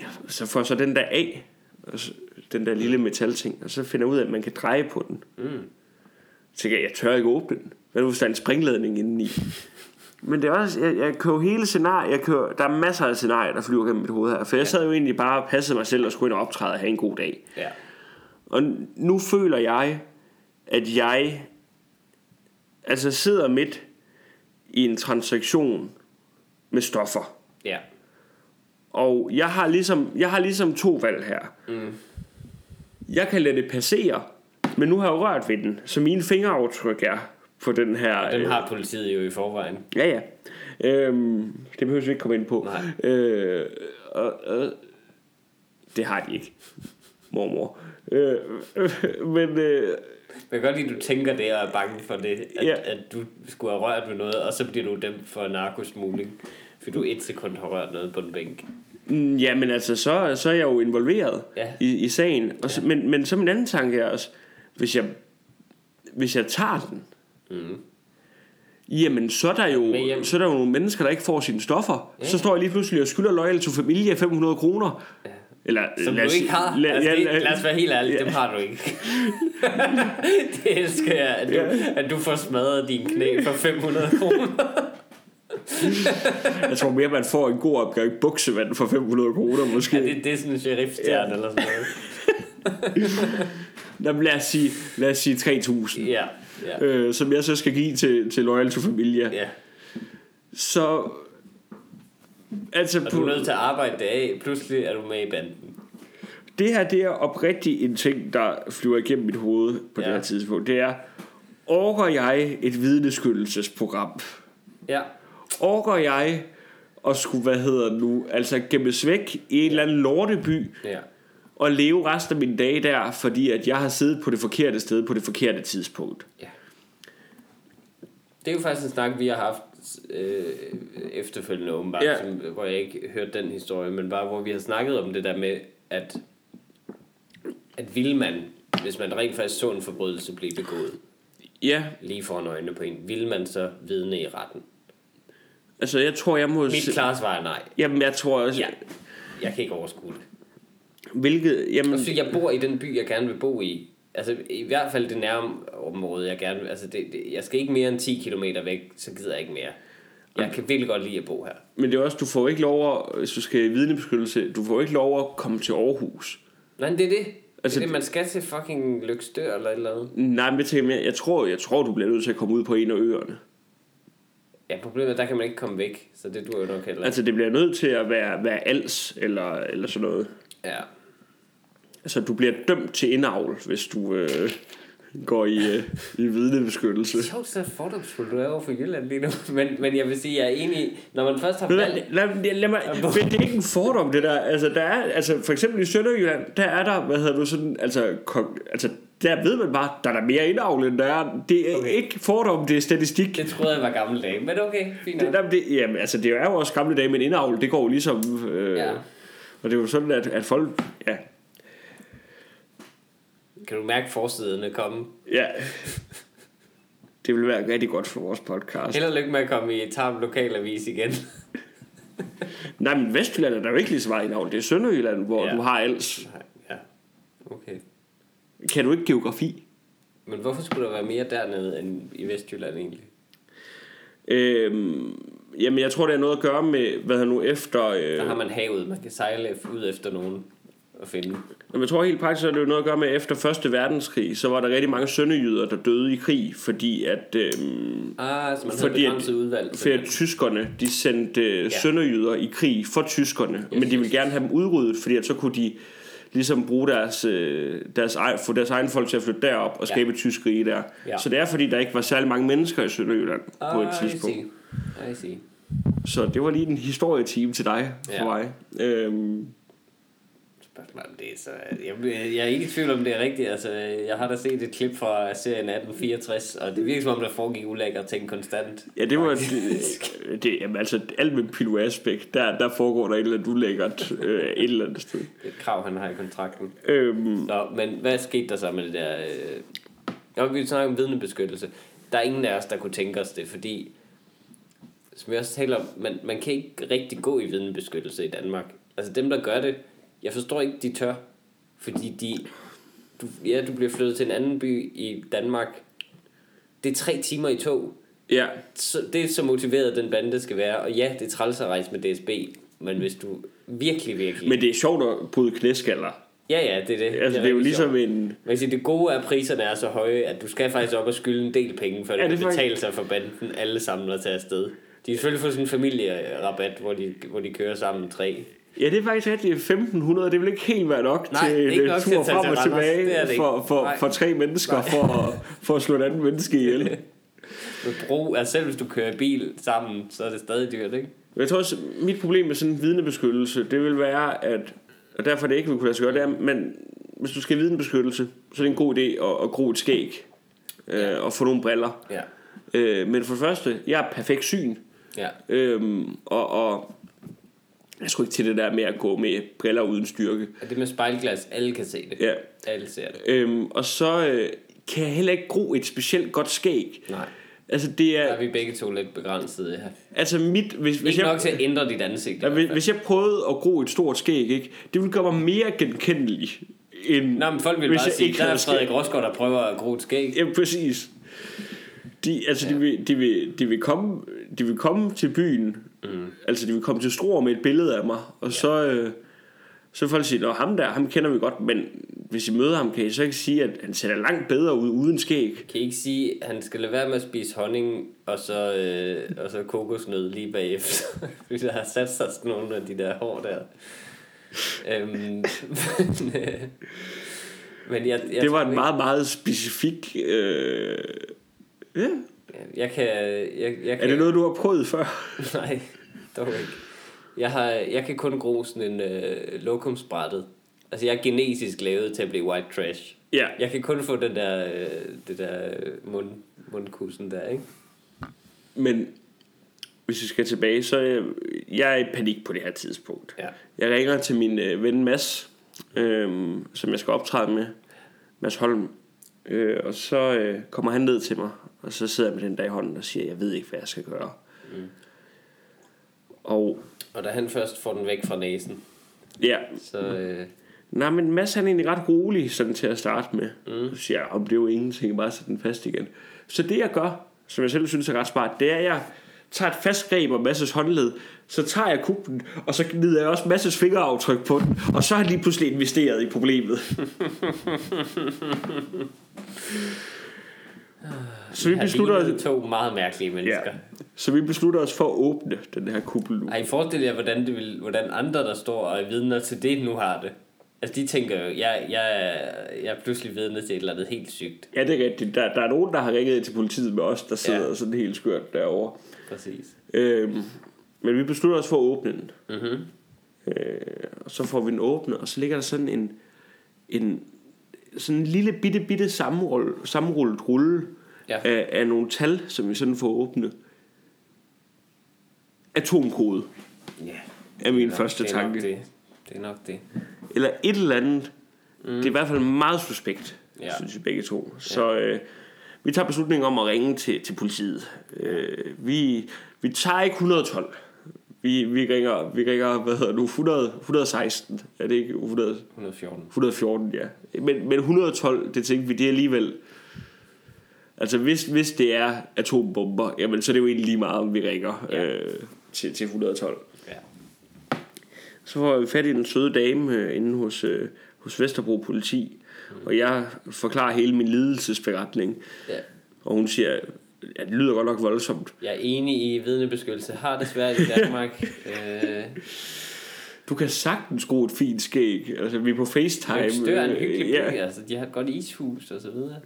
S1: ja, så får jeg så den der af, og så, den der lille metalting, og så finder jeg ud af, at man kan dreje på den. Mm. tænker jeg, jeg tør ikke åbne den. Hvad nu, hvis der er en springladning indeni? Men det er også, jeg, jeg kører hele scenarier, jeg kører, der er masser af scenarier, der flyver gennem mit hoved her. For jeg sad jo egentlig bare og passede mig selv og skulle ind og optræde og have en god dag.
S2: Ja.
S1: Og nu føler jeg, at jeg altså sidder midt i en transaktion med stoffer.
S2: Ja.
S1: Og jeg har ligesom, jeg har ligesom to valg her. Mm. Jeg kan lade det passere, men nu har jeg jo rørt ved den, så mine fingeraftryk er på den her...
S2: Dem har politiet jo i forvejen.
S1: Ja, ja. Øhm, det behøver vi ikke komme ind på.
S2: Nej.
S1: Øh, og, og, det har de ikke, mormor. Øh, men øh,
S2: Jeg kan godt lide, at du tænker det og er bange for det, at,
S1: Ja.
S2: ja. at du skulle have rørt ved noget, og så bliver du dømt for narkosmugling, fordi du et sekund har rørt noget på en bænk.
S1: Mm, Ja, men altså, så, så er jeg jo involveret ja.
S2: Ja.
S1: i, i sagen. Og så, men, men så min anden tanke er også, hvis jeg, hvis jeg tager den, mm. jamen så er, der jo,
S2: med hjem.
S1: så er der jo nogle mennesker, der ikke får sine stoffer. Ja. Så står jeg lige pludselig og skylder Loyal to Familie 500 kroner. Ja. Eller, lad
S2: Som lad
S1: os-
S2: du ikke har.
S1: Lad,
S2: Lad, altså,
S1: ja,
S2: det,
S1: lad,
S2: lad os være helt ærlige, ja. dem har du
S1: (laughs)
S2: ikke. det elsker jeg, at du,
S1: Ja.
S2: at du får smadret dine knæ for 500
S1: (laughs)
S2: kroner.
S1: jeg tror mere, man får en god opgang buksevand for 500 kroner måske.
S2: Ja, det, det er sådan en sheriffstjerne ja. eller sådan noget.
S1: Nå, men lad os sige, lad os sige 3.000,
S2: Ja, ja,
S1: øh, som jeg så skal give til, til Loyal to Familie.
S2: ja.
S1: Så altså
S2: Og du
S1: på,
S2: er nødt til at arbejde det af. Pludselig er du med i banden.
S1: det her det er oprigtigt en ting der flyver igennem mit hoved på ja.
S2: Ja.
S1: det her tidspunkt. Det er orker jeg et vidneskyttelsesprogram?
S2: Ja,
S1: Orker jeg at skulle, hvad hedder det nu, altså gemmes væk i en eller anden lorteby
S2: ja.
S1: og leve resten af min dag der, fordi at jeg har siddet på det forkerte sted på det forkerte tidspunkt.
S2: Ja. Det er jo faktisk en snak, vi har haft øh, efterfølgende åbenbart,
S1: Ja.
S2: ja. som, hvor jeg ikke hørte den historie, men bare hvor vi har snakket om det der med, at, at ville man, hvis man rent faktisk så en forbrydelse blive begået
S1: Ja,
S2: lige foran øjnene på en, ville man så vidne i retten?
S1: altså jeg tror, jeg må...
S2: Mit klare svar er nej.
S1: Jamen, jeg tror også...
S2: Ja. Jeg kan ikke overskue det.
S1: Hvilket... Jamen,
S2: Og så jeg bor i den by, jeg gerne vil bo i. Altså i hvert fald det nærområde, jeg gerne vil. Altså det, det, jeg skal ikke mere end 10 km væk, så gider jeg ikke mere. Jeg kan virkelig godt lide at bo her.
S1: Men det er også, du får ikke lov at, hvis du skal i vidnebeskyttelse, du får ikke lov at komme til Aarhus.
S2: Nej, men det er det.
S1: Altså,
S2: Altså, det er det, man skal til fucking Lykstør eller et eller andet.
S1: Nej, men jeg, tænker, mere, jeg, tror, jeg tror, du bliver nødt til at komme ud på en af øerne.
S2: Ja, problemet er, der kan man ikke komme væk, så det duer jo nok heller. Altså,
S1: Altså, det bliver nødt til at være, være als eller, eller sådan noget.
S2: ja.
S1: Altså, du bliver dømt til indavl, hvis du øh, går i, øh, i vidnebeskyttelse.
S2: Det er sjovt, så fordomsfuldt du er over for Jylland lige nu. (laughs) Men, men jeg vil sige, jeg er enig. i- Når man først har
S1: Lad,
S2: valgt...
S1: lad, lad, lad mig, men det er ikke en fordom, det der. Altså, der er, altså, for eksempel i Sønderjylland, der er der, hvad hedder du, sådan, altså, kong, altså der ved man bare, der er der mere indavl, end der er. Det er okay.
S2: Okay.
S1: ikke fordom, det er statistik.
S2: Det troede jeg var gamle dage, men okay, fint
S1: Det,
S2: nok.
S1: nej, det, jamen, altså, det er jo også gamle dage, men indavl, det går jo ligesom... Øh, ja.
S2: Ja.
S1: Og det er jo sådan, at, at folk... Ja,
S2: Kan du mærke forsiderne komme?
S1: ja. Det vil være rigtig godt for vores podcast. Eller...
S2: Held og lykke med at komme i Tarm Lokalavis igen. (laughs)
S1: Nej, men Vestjylland er der jo ikke lige så meget indavl. Det er Sønderjylland, hvor ja.
S2: Ja.
S1: du har als.
S2: Nej, ja. Okay.
S1: Kan du ikke geografi?
S2: Men hvorfor skulle der være mere dernede end i Vestjylland egentlig?
S1: Øhm, jamen, jeg tror, det har noget at gøre med, hvad han nu efter... Øh,
S2: Der har
S1: jamen,
S2: man havet, man kan sejle ud efter nogen og finde.
S1: jeg tror helt praktisk, at det har noget at gøre med, at efter Første Verdenskrig, så var der rigtig mange sønderjyder, der døde i krig, fordi at... Øh,
S2: Ah, så man havde
S1: Fordi at-
S2: begrænset udvalg.
S1: For at tyskerne, de sendte Altså, ja. sønderjyder i krig for tyskerne, yes, men de ville
S2: yes.
S1: gerne have dem udryddet, fordi at så kunne de ligesom bruge deres, øh, deres, egen, få deres egen folk til at flytte derop og
S2: Ja.
S1: skabe et tysk rige der. Ja.
S2: Ja.
S1: Så det er fordi, der ikke var særlig mange mennesker i Sønderjylland ah, på et
S2: Ah,
S1: tidspunkt.
S2: I see. I see.
S1: Så det var lige en historietime til dig, for ja.
S2: Ja.
S1: mig. Øhm,
S2: Spørgsmålet er, om det er så... Jeg, jeg er ikke i tvivl om, det er rigtigt. Altså, jeg har da set et klip fra serien 1864, og det virker som om, der foregik ulækre ting konstant.
S1: ja, det var... Det, det, jamen, altså, alt med Pilo Asbæk, der, der foregår der et eller andet ulækkert øh, et eller andet sted.
S2: Det er et krav, han har i kontrakten.
S1: Øhm,
S2: Nå, men hvad skete der så med det der... Øh... Nå, vi snakker om vidnebeskyttelse. Der er ingen af os, der kunne tænke os det, fordi... Som jeg også taler om, man, man kan ikke rigtig gå i vidnebeskyttelse i Danmark. Altså dem, der gør det, jeg forstår ikke, de tør. Fordi de... Du, ja, du bliver flyttet til en anden by i Danmark, det er tre timer i tog.
S1: Ja,
S2: Så det er så motiveret, den bande skal være. Og ja, det er træls at rejse med DSB, men hvis du virkelig, virkelig...
S1: men det er sjovt at bryde knæskaller.
S2: ja, ja, det er det.
S1: Altså, det er jo
S2: rigtig
S1: ligesom
S2: sjovt.
S1: en...
S2: Man kan sige, det gode er, at priserne er så høje, at du skal faktisk op og skylde en del penge, før
S1: Ja,
S2: ja, det
S1: det er
S2: kan betale sig for banden alle sammen at tage afsted. De har selvfølgelig fået sådan en familierabat, hvor de, hvor de kører sammen tre.
S1: Ja, det er faktisk rigtigt. 1500, det vil ikke helt være nok
S2: Nej,
S1: til
S2: ikke
S1: en
S2: nok til
S1: tur
S2: at tage
S1: frem og
S2: til Randers.
S1: tilbage
S2: Det er det ikke.
S1: for, for,
S2: Nej.
S1: for tre mennesker for, at- for at slå et andet menneske
S2: (laughs)
S1: ihjel.
S2: Med brug, altså selv hvis du kører i bil sammen, så er det stadig dyrt, ikke?
S1: Men jeg tror også, mit problem med sådan en vidnebeskyttelse, det vil være, at, og derfor det ikke vil kunne lade sig gøre, det er, men hvis du skal have vidnebeskyttelse, så er det en god idé at, at gro et skæg øh, og få nogle briller.
S2: Ja.
S1: Øh, men for det første, jeg er perfekt syn,
S2: Ja.
S1: øhm, og, og jeg skulle ikke til det der med at gå med briller uden styrke.
S2: Og det med spejlglas, alle kan se det.
S1: Ja.
S2: Alle ser det.
S1: Øhm, og så øh, kan jeg heller ikke gro et specielt godt skæg.
S2: Nej.
S1: Altså det
S2: Der er
S1: er,
S2: vi begge to lidt begrænsede her.
S1: altså mit, hvis, hvis
S2: Ikke
S1: jeg,
S2: nok til at ændre dit ansigt.
S1: Ja,
S2: i hvert
S1: hvis,
S2: fald.
S1: hvis jeg prøvede at gro et stort skæg, ikke? det ville gøre mig mere genkendelig end...
S2: Nå, men folk vil
S1: hvis
S2: bare
S1: jeg
S2: sige,
S1: ikke
S2: der er
S1: havde
S2: Frederik Rosgaard, der prøver at gro et skæg.
S1: Ja, præcis. De, altså, ja. de, vil, de, vil, de, vil komme, de vil komme til byen, mm. altså de vil komme til Struer med et billede af mig, og ja. så, øh, så vil folk sige, at ham der, ham kender vi godt, men hvis I møder ham, kan I så ikke sige, at han ser da langt bedre ud uden skæg?
S2: Kan I ikke sige, at han skal lade være med at spise honning, og så, øh, og så kokosnød lige bagefter? (laughs) Fordi der har sat sig sådan nogle af de der hår der. Øhm, men, øh, men jeg, jeg,
S1: det var
S2: tror
S1: en
S2: ikke-
S1: meget, meget specifik... Øh, ja.
S2: Jeg kan... Jeg, jeg
S1: Er
S2: kan
S1: det noget, du har prøvet før?
S2: (laughs) Nej, dog ikke. Jeg, har, jeg kan kun gro sådan en øh, lokumsbrættet. Altså, jeg er genetisk lavet til at blive white
S1: (laughs)
S2: trash.
S1: Ja.
S2: Jeg kan kun få den der, øh, det der øh, mund, mundkussen der, ikke?
S1: Men hvis vi skal tilbage, så er jeg, jeg er i panik på det her tidspunkt.
S2: Ja.
S1: Jeg ringer til min øh, ven Mads, øh, som jeg skal optræde med, Mads Holm. Øh, og så øh, kommer han ned til mig, og så sidder jeg med den der i hånden og siger, jeg ved ikke, hvad jeg skal gøre. Mm. Og
S2: Og da han først får den væk fra næsen,
S1: ja,
S2: så... Øh,
S1: nej, men Mads han er egentlig ret rolig sådan til at starte med. Mm. Så siger jeg, om det er jo ingenting, bare sæt den fast igen. Så det jeg gør, som jeg selv synes er ret smart, det er, at jeg tager et fast greb om Masses håndled, så tager jeg kuppen, og så gnider jeg også Masses fingeraftryk på den, og så har jeg lige pludselig investeret i (laughs) problemet. så, vi
S2: han
S1: beslutter os,
S2: lignede to meget mærkelige
S1: ja,
S2: mennesker.
S1: så vi beslutter os for at åbne den her kuppel nu.
S2: Har I forestillet jer, hvordan, det vil, hvordan andre, der står og er vidner til det, nu har det? Altså, de tænker jo, jeg, jeg, er- jeg er pludselig vidne til et eller andet helt sygt.
S1: Ja, det er rigtigt. Der, der er nogen, der har ringet til politiet med os, der sidder ja. sådan helt skørt derovre.
S2: Præcis.
S1: Øhm, men vi beslutter os for at åbne den. Mm-hmm. Øh, og så får vi den åbnet, og så ligger der sådan en, en sådan en lille bitte bitte sammenrull, sammenrullet rulle
S2: Ja.
S1: af, af nogle tal, som vi sådan får åbnet. Atomkode
S2: Ja.
S1: er min
S2: Nå,
S1: første
S2: det er nok
S1: tanke.
S2: Det. det er nok det.
S1: Eller et eller andet. Mm. Det er i hvert fald meget suspekt, ja.
S2: Ja.
S1: synes vi begge to. Så øh, vi tager beslutningen om at ringe til, til politiet. Øh, vi, vi tager ikke 112. Vi, vi, ringer, vi ringer, hvad hedder det nu, 100, 116. Er det ikke 100,
S2: 114.
S1: 114, ja. Men, men 112, det tænkte vi, det er alligevel... Altså, hvis, hvis det er atombomber, jamen, så er det jo egentlig lige meget, om vi ringer ja.
S2: Ja.
S1: øh, til, til 112.
S2: Ja.
S1: Så får vi fat i den søde dame øh, inde hos, øh, hos Vesterbro politi, og jeg forklarer hele min lidelsesberetning,
S2: ja.
S1: og hun siger, at det lyder godt nok voldsomt.
S2: Jeg er enig i vidnebeskyttelse. Har desværre i
S1: (laughs)
S2: Danmark. øh,
S1: Du kan sagtens gro et fint skæg, altså vi er på FaceTime.
S2: det stør en hyggelig by.
S1: øh, ja.
S2: Altså, de har et godt ishus og så videre.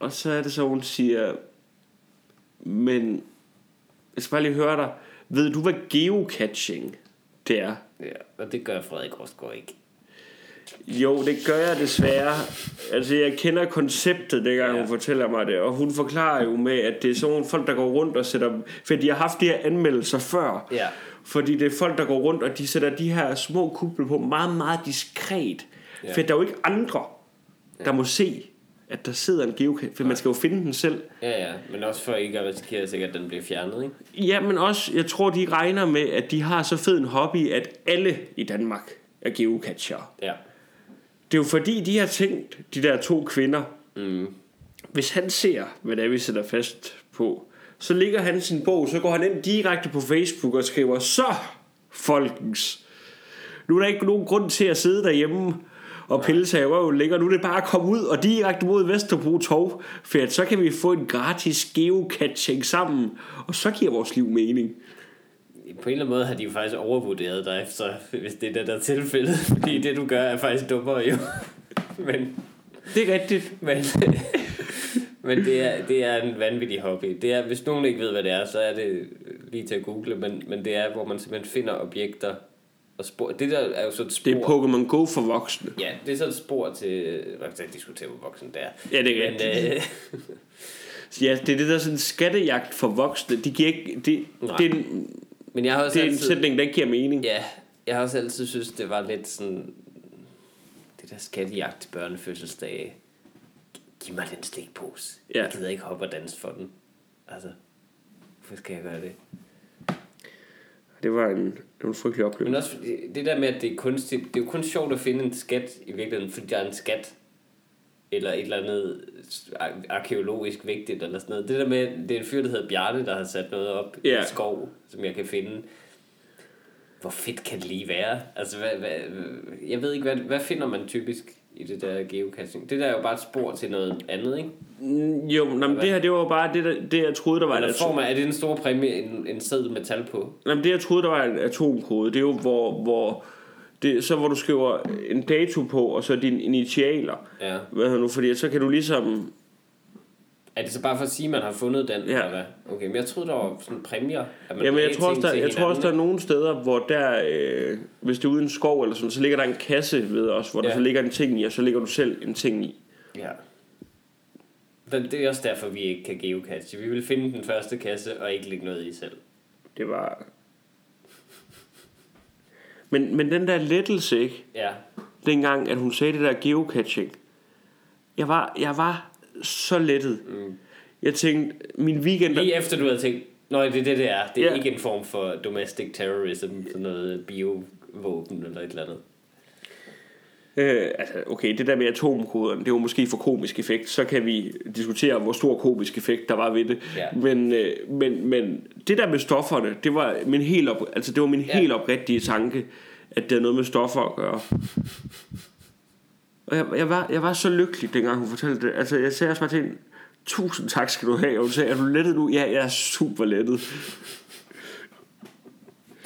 S1: Og så er det så, hun siger, men jeg skal bare lige høre dig, ved du hvad geocaching det er?
S2: Ja. Og det gør Frederik Rostgaard ikke.
S1: Jo, det gør jeg desværre. Altså, jeg kender konceptet, dengang ja. hun fortæller mig det. Og hun forklarer jo med, at det er sådan nogle folk, der går rundt og sætter... For de har haft de her anmeldelser før.
S2: Ja.
S1: Fordi det er folk, der går rundt, og de sætter de her små kubler på meget, meget diskret. Ja.
S2: Ja.
S1: For der er jo ikke andre, der må se, at der sidder en geocache. For man skal jo finde den selv.
S2: Ja, ja. Men også for ikke at risikere sikkert, at den bliver fjernet, ikke?
S1: Ja, men også, jeg tror, de regner med, at de har så fed en hobby, at alle i Danmark er geocachere.
S2: Ja.
S1: Det er jo fordi, de har tænkt, de der to kvinder, mm. hvis han ser, hvad det er, vi sætter fast på, så ligger han sin bog, så går han ind direkte på Facebook og skriver, så folkens, nu er der ikke nogen grund til at sidde derhjemme og pille sig i røven ligger. Nu er det bare at komme ud og direkte mod Vesterbro Torv, for at så kan vi få en gratis geocaching sammen, og så giver vores liv mening.
S2: På en eller anden måde har de jo faktisk overvurderet dig, efter, hvis det er det, der er tilfældet. (laughs) Fordi det, du gør, er faktisk dummere jo. (laughs) Men,
S1: Det er rigtigt.
S2: men, (laughs) men det, er, det er en vanvittig hobby. Det er, hvis nogen ikke ved, hvad det er, så er det lige til at google. Men, men det er, hvor man simpelthen finder objekter og spor. Det der er jo så et spor.
S1: Det er Pokémon Go for voksne.
S2: Ja, det er så et spor til... Jeg kan diskutere, hvor voksen det er.
S1: Ja, det er
S2: Men, øh, (laughs)
S1: Ja, det er det der sådan skattejagt for voksne. De giver ikke, det,
S2: Nej.
S1: det, er en,
S2: men jeg har også
S1: det er en
S2: altid...
S1: sætning, der ikke giver mening.
S2: Ja, jeg har også altid synes det var lidt sådan... Det der skattejagt til børnefødselsdage. Gi- Giv mig den slikpose.
S1: Ja.
S2: Jeg gider ikke hoppe og danse for den. Altså, hvorfor skal jeg gøre det?
S1: Det var en, det var en frygtelig oplevelse.
S2: Men også fordi- det der med, at det er kunstigt. Det er jo kun sjovt at finde en skat i virkeligheden, fordi der er en skat. Eller et eller andet ar- arkeologisk vigtigt eller sådan noget. Det der med, det er en fyr, der hedder Bjarne, der har sat noget op i
S1: Ja.
S2: en skov, som jeg kan finde. Hvor fedt kan det lige være? Altså, hvad, hvad, jeg ved ikke, hvad, hvad finder man typisk i det der geocaching? Det der er jo bare et spor til noget andet, ikke?
S1: Mm, Jo, nå, men det her, det var bare det, der, det jeg troede, der var en
S2: Eller får
S1: atom,
S2: man, er det en stor præmie, en, en seddel med tal på?
S1: nå, men det, jeg troede, der var en atomkode. Det er jo, hvor, hvor det, så hvor du skriver en dato på, og så dine initialer.
S2: Ja.
S1: Hvad hedder nu, fordi så kan du ligesom...
S2: Er det så bare for at sige, at man har fundet den?
S1: Ja.
S2: Eller hvad? Okay, men jeg troede, der var sådan præmier. At man
S1: Jamen, jeg
S2: gav
S1: tror, også,
S2: ting
S1: der,
S2: til
S1: jeg tror
S2: hinanden,
S1: også, der er nogle steder, hvor der... Øh, hvis det er uden skov eller sådan, så ligger der en kasse ved os, hvor der
S2: Ja.
S1: så ligger en ting i, og så ligger du selv en ting i.
S2: ikke? Ja. Men det er også derfor, vi ikke kan geocache. Vi vil finde den første kasse og ikke lægge noget i selv.
S1: Det var... Men, men den der lettelse, ikke?
S2: Ja.
S1: dengang, at hun sagde det der geocaching. Jeg var, jeg var så lettet. Mm. Jeg tænkte, min weekend...
S2: Lige efter du havde tænkt, Nå, det er det, det er. Det er
S1: Ja.
S2: ikke en form for domestic terrorism, sådan noget biovåben eller et eller andet.
S1: Øh, altså, okay, det der med atomkoderne, det var måske for komisk effekt. Så kan vi diskutere, hvor stor komisk effekt der var ved det.
S2: Ja.
S1: Men, øh, men, men det der med stofferne, det var min helt, op, altså, det var min
S2: Ja.
S1: helt oprigtige tanke, at det havde noget med stoffer at gøre. Og jeg, jeg, var, jeg var så lykkelig, dengang hun fortalte det. Altså, jeg sagde også bare til hende, tusind tak skal du have. Og hun sagde, er du lettet nu? Ja, jeg er super lettet.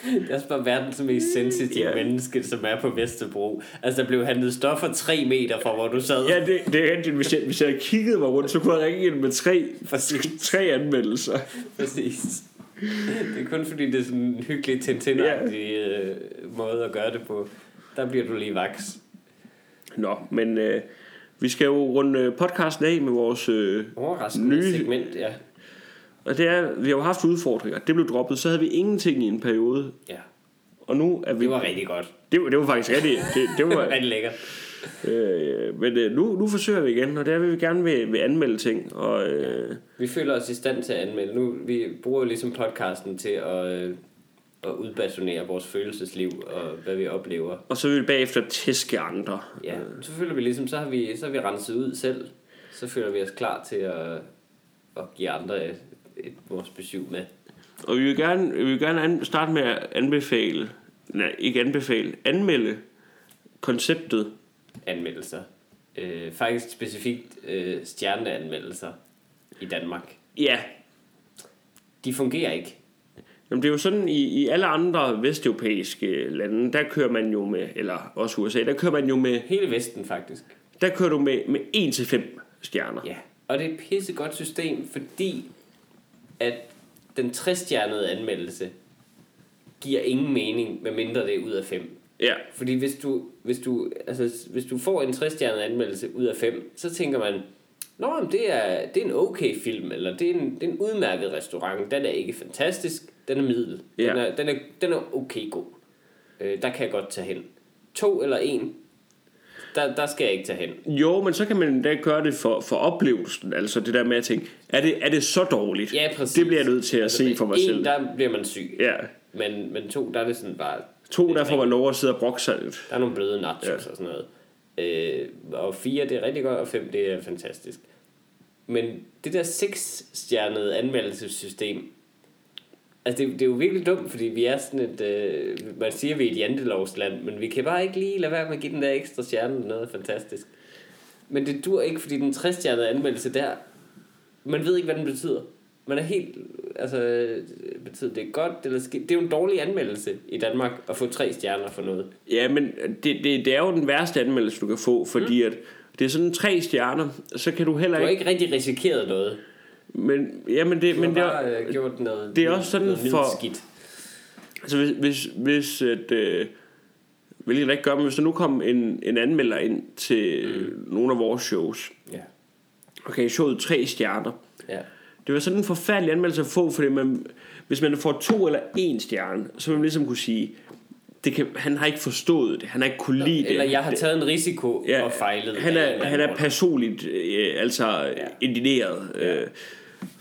S2: Det er også bare verdens mest sensitive
S1: Ja.
S2: yeah. menneske, som er på Vesterbro. Altså, der blev handlet stoffer tre meter fra, hvor du sad.
S1: Ja, det, det er rigtigt. Hvis jeg, hvis jeg havde kigget mig rundt, så kunne jeg ringe ind med tre,
S2: Præcis.
S1: tre anmeldelser.
S2: Præcis. Det er kun fordi, det er sådan en hyggelig tintin øh, måde at gøre det på. Der bliver du lige vaks.
S1: Nå, men øh, vi skal jo runde øh, podcasten af med vores... Øh,
S2: Overraskende
S1: Nye-
S2: segment, ja.
S1: og det er, vi har jo haft udfordringer. Det blev droppet, så havde vi ingenting i en periode.
S2: ja.
S1: Og nu er vi...
S2: Det var rigtig godt.
S1: det, var- det var faktisk rigtigt. Det, det (laughs)
S2: Det var
S1: var,
S2: rigtig lækkert.
S1: øh, men øh, nu, nu forsøger vi igen, og der vil vi gerne vil, vil anmelde ting. Og, øh,
S2: Vi føler os i stand til at anmelde. Nu, vi bruger jo ligesom podcasten til at, øh, at udbasonere vores følelsesliv og hvad vi oplever.
S1: og så vil vi bagefter tæske andre.
S2: Ja, så føler vi ligesom, så har vi, så har vi renset ud selv. Så føler vi os klar til at, at give andre et, et, vores besøg med.
S1: Og vi vil gerne, vi vil gerne an, starte med at anbefale, nej, ikke anbefale, anmelde konceptet.
S2: anmeldelser. Øh, faktisk specifikt øh, stjerneanmeldelser i Danmark.
S1: Ja,
S2: De fungerer ikke.
S1: Jamen, det er jo sådan, i, i alle andre vesteuropæiske lande, der kører man jo med, eller også USA, der kører man jo med,
S2: Hele Vesten faktisk.
S1: der kører du med, med 1-5 stjerner.
S2: Ja. Og det er et pissegodt system, fordi at den 60-stjernede anmeldelse giver ingen mening, medmindre det er ud af 5.
S1: Ja.
S2: Fordi hvis du, hvis du, altså, hvis du får en 60-stjernet anmeldelse ud af 5, så tænker man, Nå, men det er, det er en okay film, eller det er, en, det er en udmærket restaurant. Den er ikke fantastisk, den er middel. Den,
S1: Ja.
S2: er, den, er, den er okay god. Øh, der kan jeg godt tage hen. To eller en, der, der skal jeg ikke tage hen.
S1: Jo, men så kan man endda gøre det for, for oplevelsen, altså det der med at tænke, er det, er det så dårligt?
S2: Ja, præcis. Altså,
S1: Det bliver jeg nødt til at se
S2: med
S1: for mig
S2: en,
S1: selv.
S2: der bliver man syg.
S1: Ja.
S2: Men, men to, der er det sådan bare,
S1: To, der får man lov at sidde og brokke sig lidt.
S2: Der er nogle bløde nachos ja. og sådan noget. Øh, og fire, det er rigtig godt, og fem, det er fantastisk. Men det der seksstjernede anmeldelsessystem, altså det, det er jo virkelig dumt, fordi vi er sådan et, øh, man siger, vi er et jantelovsland, men vi kan bare ikke lige lade være med at give den der ekstra stjerne noget fantastisk. Men det dur ikke, fordi den trestjernede anmeldelse der, man ved ikke, hvad den betyder. Man er helt, altså, øh, betyder det godt eller skidt? Det er jo en dårlig anmeldelse i Danmark at få tre stjerner for noget.
S1: Ja, men det, det, det er jo den værste anmeldelse, du kan få, fordi mm. at det er sådan tre stjerner, så kan du heller
S2: Du har
S1: ikke...
S2: ikke rigtig risikeret noget.
S1: Men, ja, men det,
S2: Du men
S1: men det,
S2: har
S1: er-
S2: bare øh, gjort noget
S1: det er også sådan
S2: noget
S1: for-
S2: skidt.
S1: Altså hvis, hvis, hvis at, øh, hvilket der ikke gør, men hvis der nu kom en, en anmelder ind til mm. nogle af vores shows.
S2: Ja.
S1: Okay, showet tre stjerner.
S2: ja.
S1: Det var sådan en forfærdelig anmeldelse at få, fordi man, hvis man får to eller en stjerne, så vil man ligesom kunne sige, det kan, han har ikke forstået det, han har ikke kunne lide det.
S2: Eller jeg har taget en risiko ja, og fejlet.
S1: Han
S2: af en
S1: er,
S2: eller
S1: han er
S2: anden grund.
S1: personligt øh, altså ja. indineret. Øh.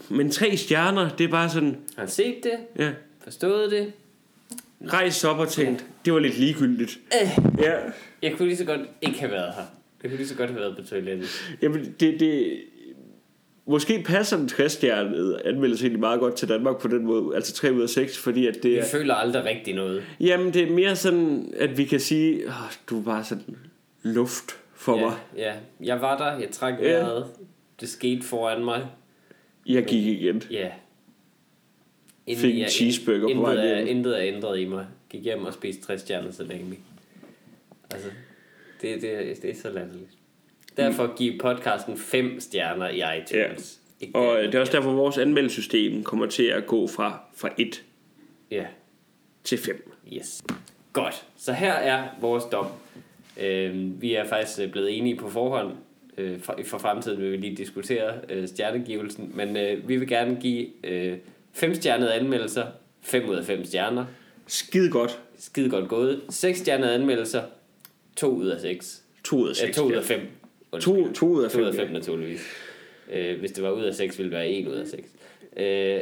S1: Men tre stjerner, det er bare sådan,
S2: Har set det,
S1: ja,
S2: forstået det.
S1: rejst op og tænkt, det var lidt ligegyldigt.
S2: Øh,
S1: Ja.
S2: jeg kunne lige så godt ikke have været her. Jeg kunne lige så godt have været på toilettet.
S1: Jamen, det, det, måske passer den træstjernede anmeldelse egentlig meget godt til Danmark på den måde, altså 3 ud af 6, fordi at det
S2: Jeg
S1: er,
S2: føler aldrig rigtig noget.
S1: jamen, det er mere sådan, at vi kan sige, oh, du er bare sådan luft for ja. mig.
S2: Ja, ja. Jeg var der, jeg trak vejret. Det skete foran mig.
S1: Jeg gik igen.
S2: Ja. Inden
S1: Fik en cheeseburger på vej
S2: intet er,
S1: hjem.
S2: intet er ændret i mig. Gik hjem og spiste 60 stjerner så længe. Altså, det, det, er- det er så latterligt. Derfor giv podcasten 5 stjerner i iTunes. Ja. Ikke
S1: Og øh,
S2: derimod.
S1: det er også derfor, vores anmeldelsessystem kommer til at gå fra, fra 1
S2: Ja,
S1: til 5.
S2: yes. Godt, så her er vores dom. Øh, vi er faktisk øh, blevet enige på forhånd. Øh, for, for fremtiden vil vi lige diskutere øh, stjernegivelsen, men øh, vi vil gerne give øh, 5 stjernede anmeldelser. 5 ud af 5 stjerner.
S1: Skide godt.
S2: skide godt gået. 6 stjernede anmeldelser. 2 ud af 6.
S1: 2 ud af
S2: Ja,
S1: 6.
S2: 2 ud af 5.
S1: 2, 2 ud af
S2: 2
S1: 5.
S2: ud af 5 naturligvis. Øh, hvis det var ud af 6, ville det være 1 ud af 6. Øh,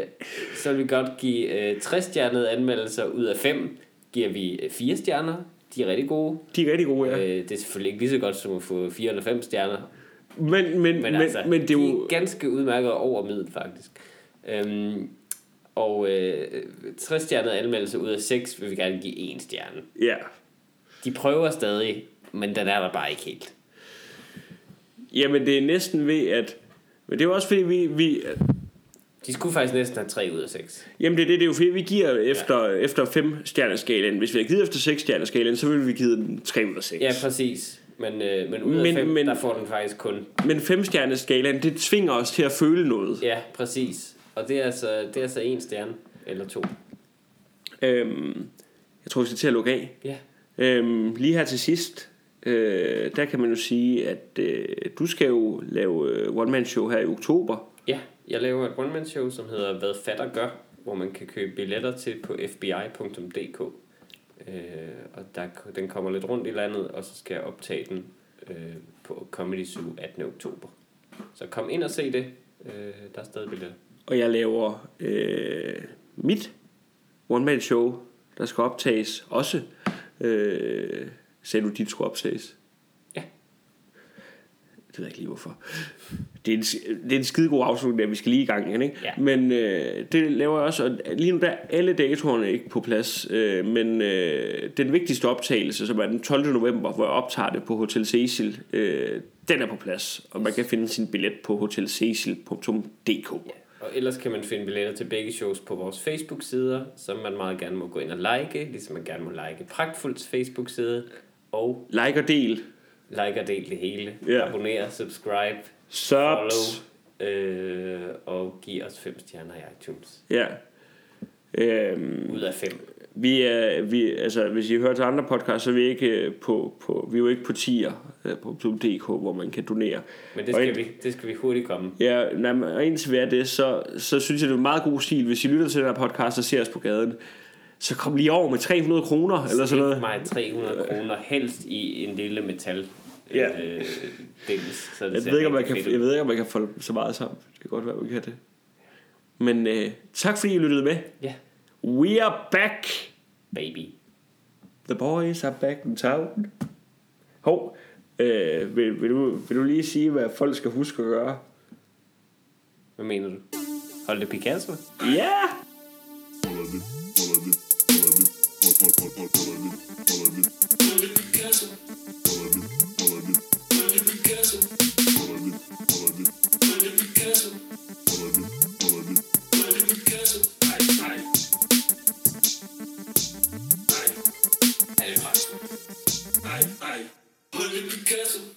S2: så vil vi godt give øh, 60 stjernede anmeldelser ud af 5. Giver vi 4 stjerner. De er rigtig gode.
S1: De er rigtig gode, ja.
S2: Øh, det er selvfølgelig ikke lige så godt som at få 4 eller 5 stjerner.
S1: Men, men, men,
S2: Men, men, altså,
S1: men det er jo...
S2: de er ganske udmærket over middel, faktisk. Øhm, og øh, 60 stjernede anmeldelse ud af 6 vil vi gerne give 1 stjerne.
S1: Ja.
S2: De prøver stadig, men den er der bare ikke helt.
S1: Jamen, det er næsten ved, at... Men det er jo også fordi, vi, vi
S2: De skulle faktisk næsten have 3 ud af 6.
S1: Jamen det er det, det er jo fordi, vi giver efter, ja. efter 5 stjerneskalaen. Hvis vi havde givet efter 6 stjerneskalaen, så ville vi give den 3 ud af 6.
S2: Ja, præcis. Men, øh, men ud af
S1: Men-
S2: 5,
S1: men-
S2: der får den faktisk kun.
S1: Men 5 stjerneskalaen, det tvinger os til at føle noget.
S2: Ja, præcis. Og det er altså, det er altså en stjerne. Eller to.
S1: Ja. Øhm, jeg tror, vi skal til at lukke af.
S2: Ja.
S1: Øhm, lige her til sidst, øh, der kan man jo sige, at øh, du skal jo lave øh, one-man-show her i oktober.
S2: Ja, jeg laver et one-man-show, som hedder Hvad fatter gør, hvor man kan købe billetter til på fbi.dk. Øh, og der, den kommer lidt rundt i landet, og så skal jeg optage den øh, på Comedy Zoo 18. oktober. Så kom ind og se det. Øh, der er stadig billetter.
S1: Og jeg laver øh, mit one-man-show, der skal optages også. Øh, sagde du, dit skulle optages?
S2: Ja.
S1: Det ved jeg ikke lige hvorfor. Det er en, det er en skidegod afslutning, at vi skal lige i gang igen, ikke?
S2: Ja.
S1: Men øh, det laver jeg også, og lige nu der er alle datoerne ikke på plads, øh, men øh, den vigtigste optagelse, som er den 12. november, hvor jeg optager det på Hotel Cecil, øh, den er på plads, og man kan finde sin billet på hotelcecil.dk.
S2: Og ellers kan man finde billetter til begge shows på vores Facebook-sider, som man meget gerne må gå ind og like, ligesom man gerne må like Pragtfulds Facebook-side, og
S1: Like og del.
S2: like og del det hele.
S1: Ja.
S2: Abonner, subscribe,
S1: Subs.
S2: follow, øh, og giv os 5 stjerner i iTunes.
S1: Ja. Øhm,
S2: Ud af 5.
S1: Vi er, vi, altså, hvis I hører til andre podcasts, så er vi ikke øh, på, på, vi er jo ikke på tier øh, på .dk, hvor man kan donere.
S2: Men det
S1: Og
S2: skal,
S1: ind-
S2: vi, det skal vi hurtigt komme.
S1: Ja, nej, men- og indtil vi er det, så, så synes jeg, det er en meget god stil. Hvis I lytter til den her podcast og ser os på gaden, så kom lige over med 300 kroner eller sådan noget.
S2: mig 300 kroner, helst i en lille metal.
S1: Ja.
S2: Øh, dels, så det
S1: Jeg
S2: ser
S1: ved, ikke, om man
S2: rigtig
S1: kan,
S2: fedt
S1: jeg
S2: ud.
S1: ved ikke, om man kan folde så meget sammen. Det kan godt være, vi kan det. Men øh, tak fordi I lyttede med.
S2: Ja,
S1: We are back!
S2: baby.
S1: The boys are back in town. Hov, øh, vil, vil, du, vil du lige sige, hvad folk skal huske at gøre?
S2: Hvad mener du? Holde Picasso?
S1: Ja!
S3: Picasso.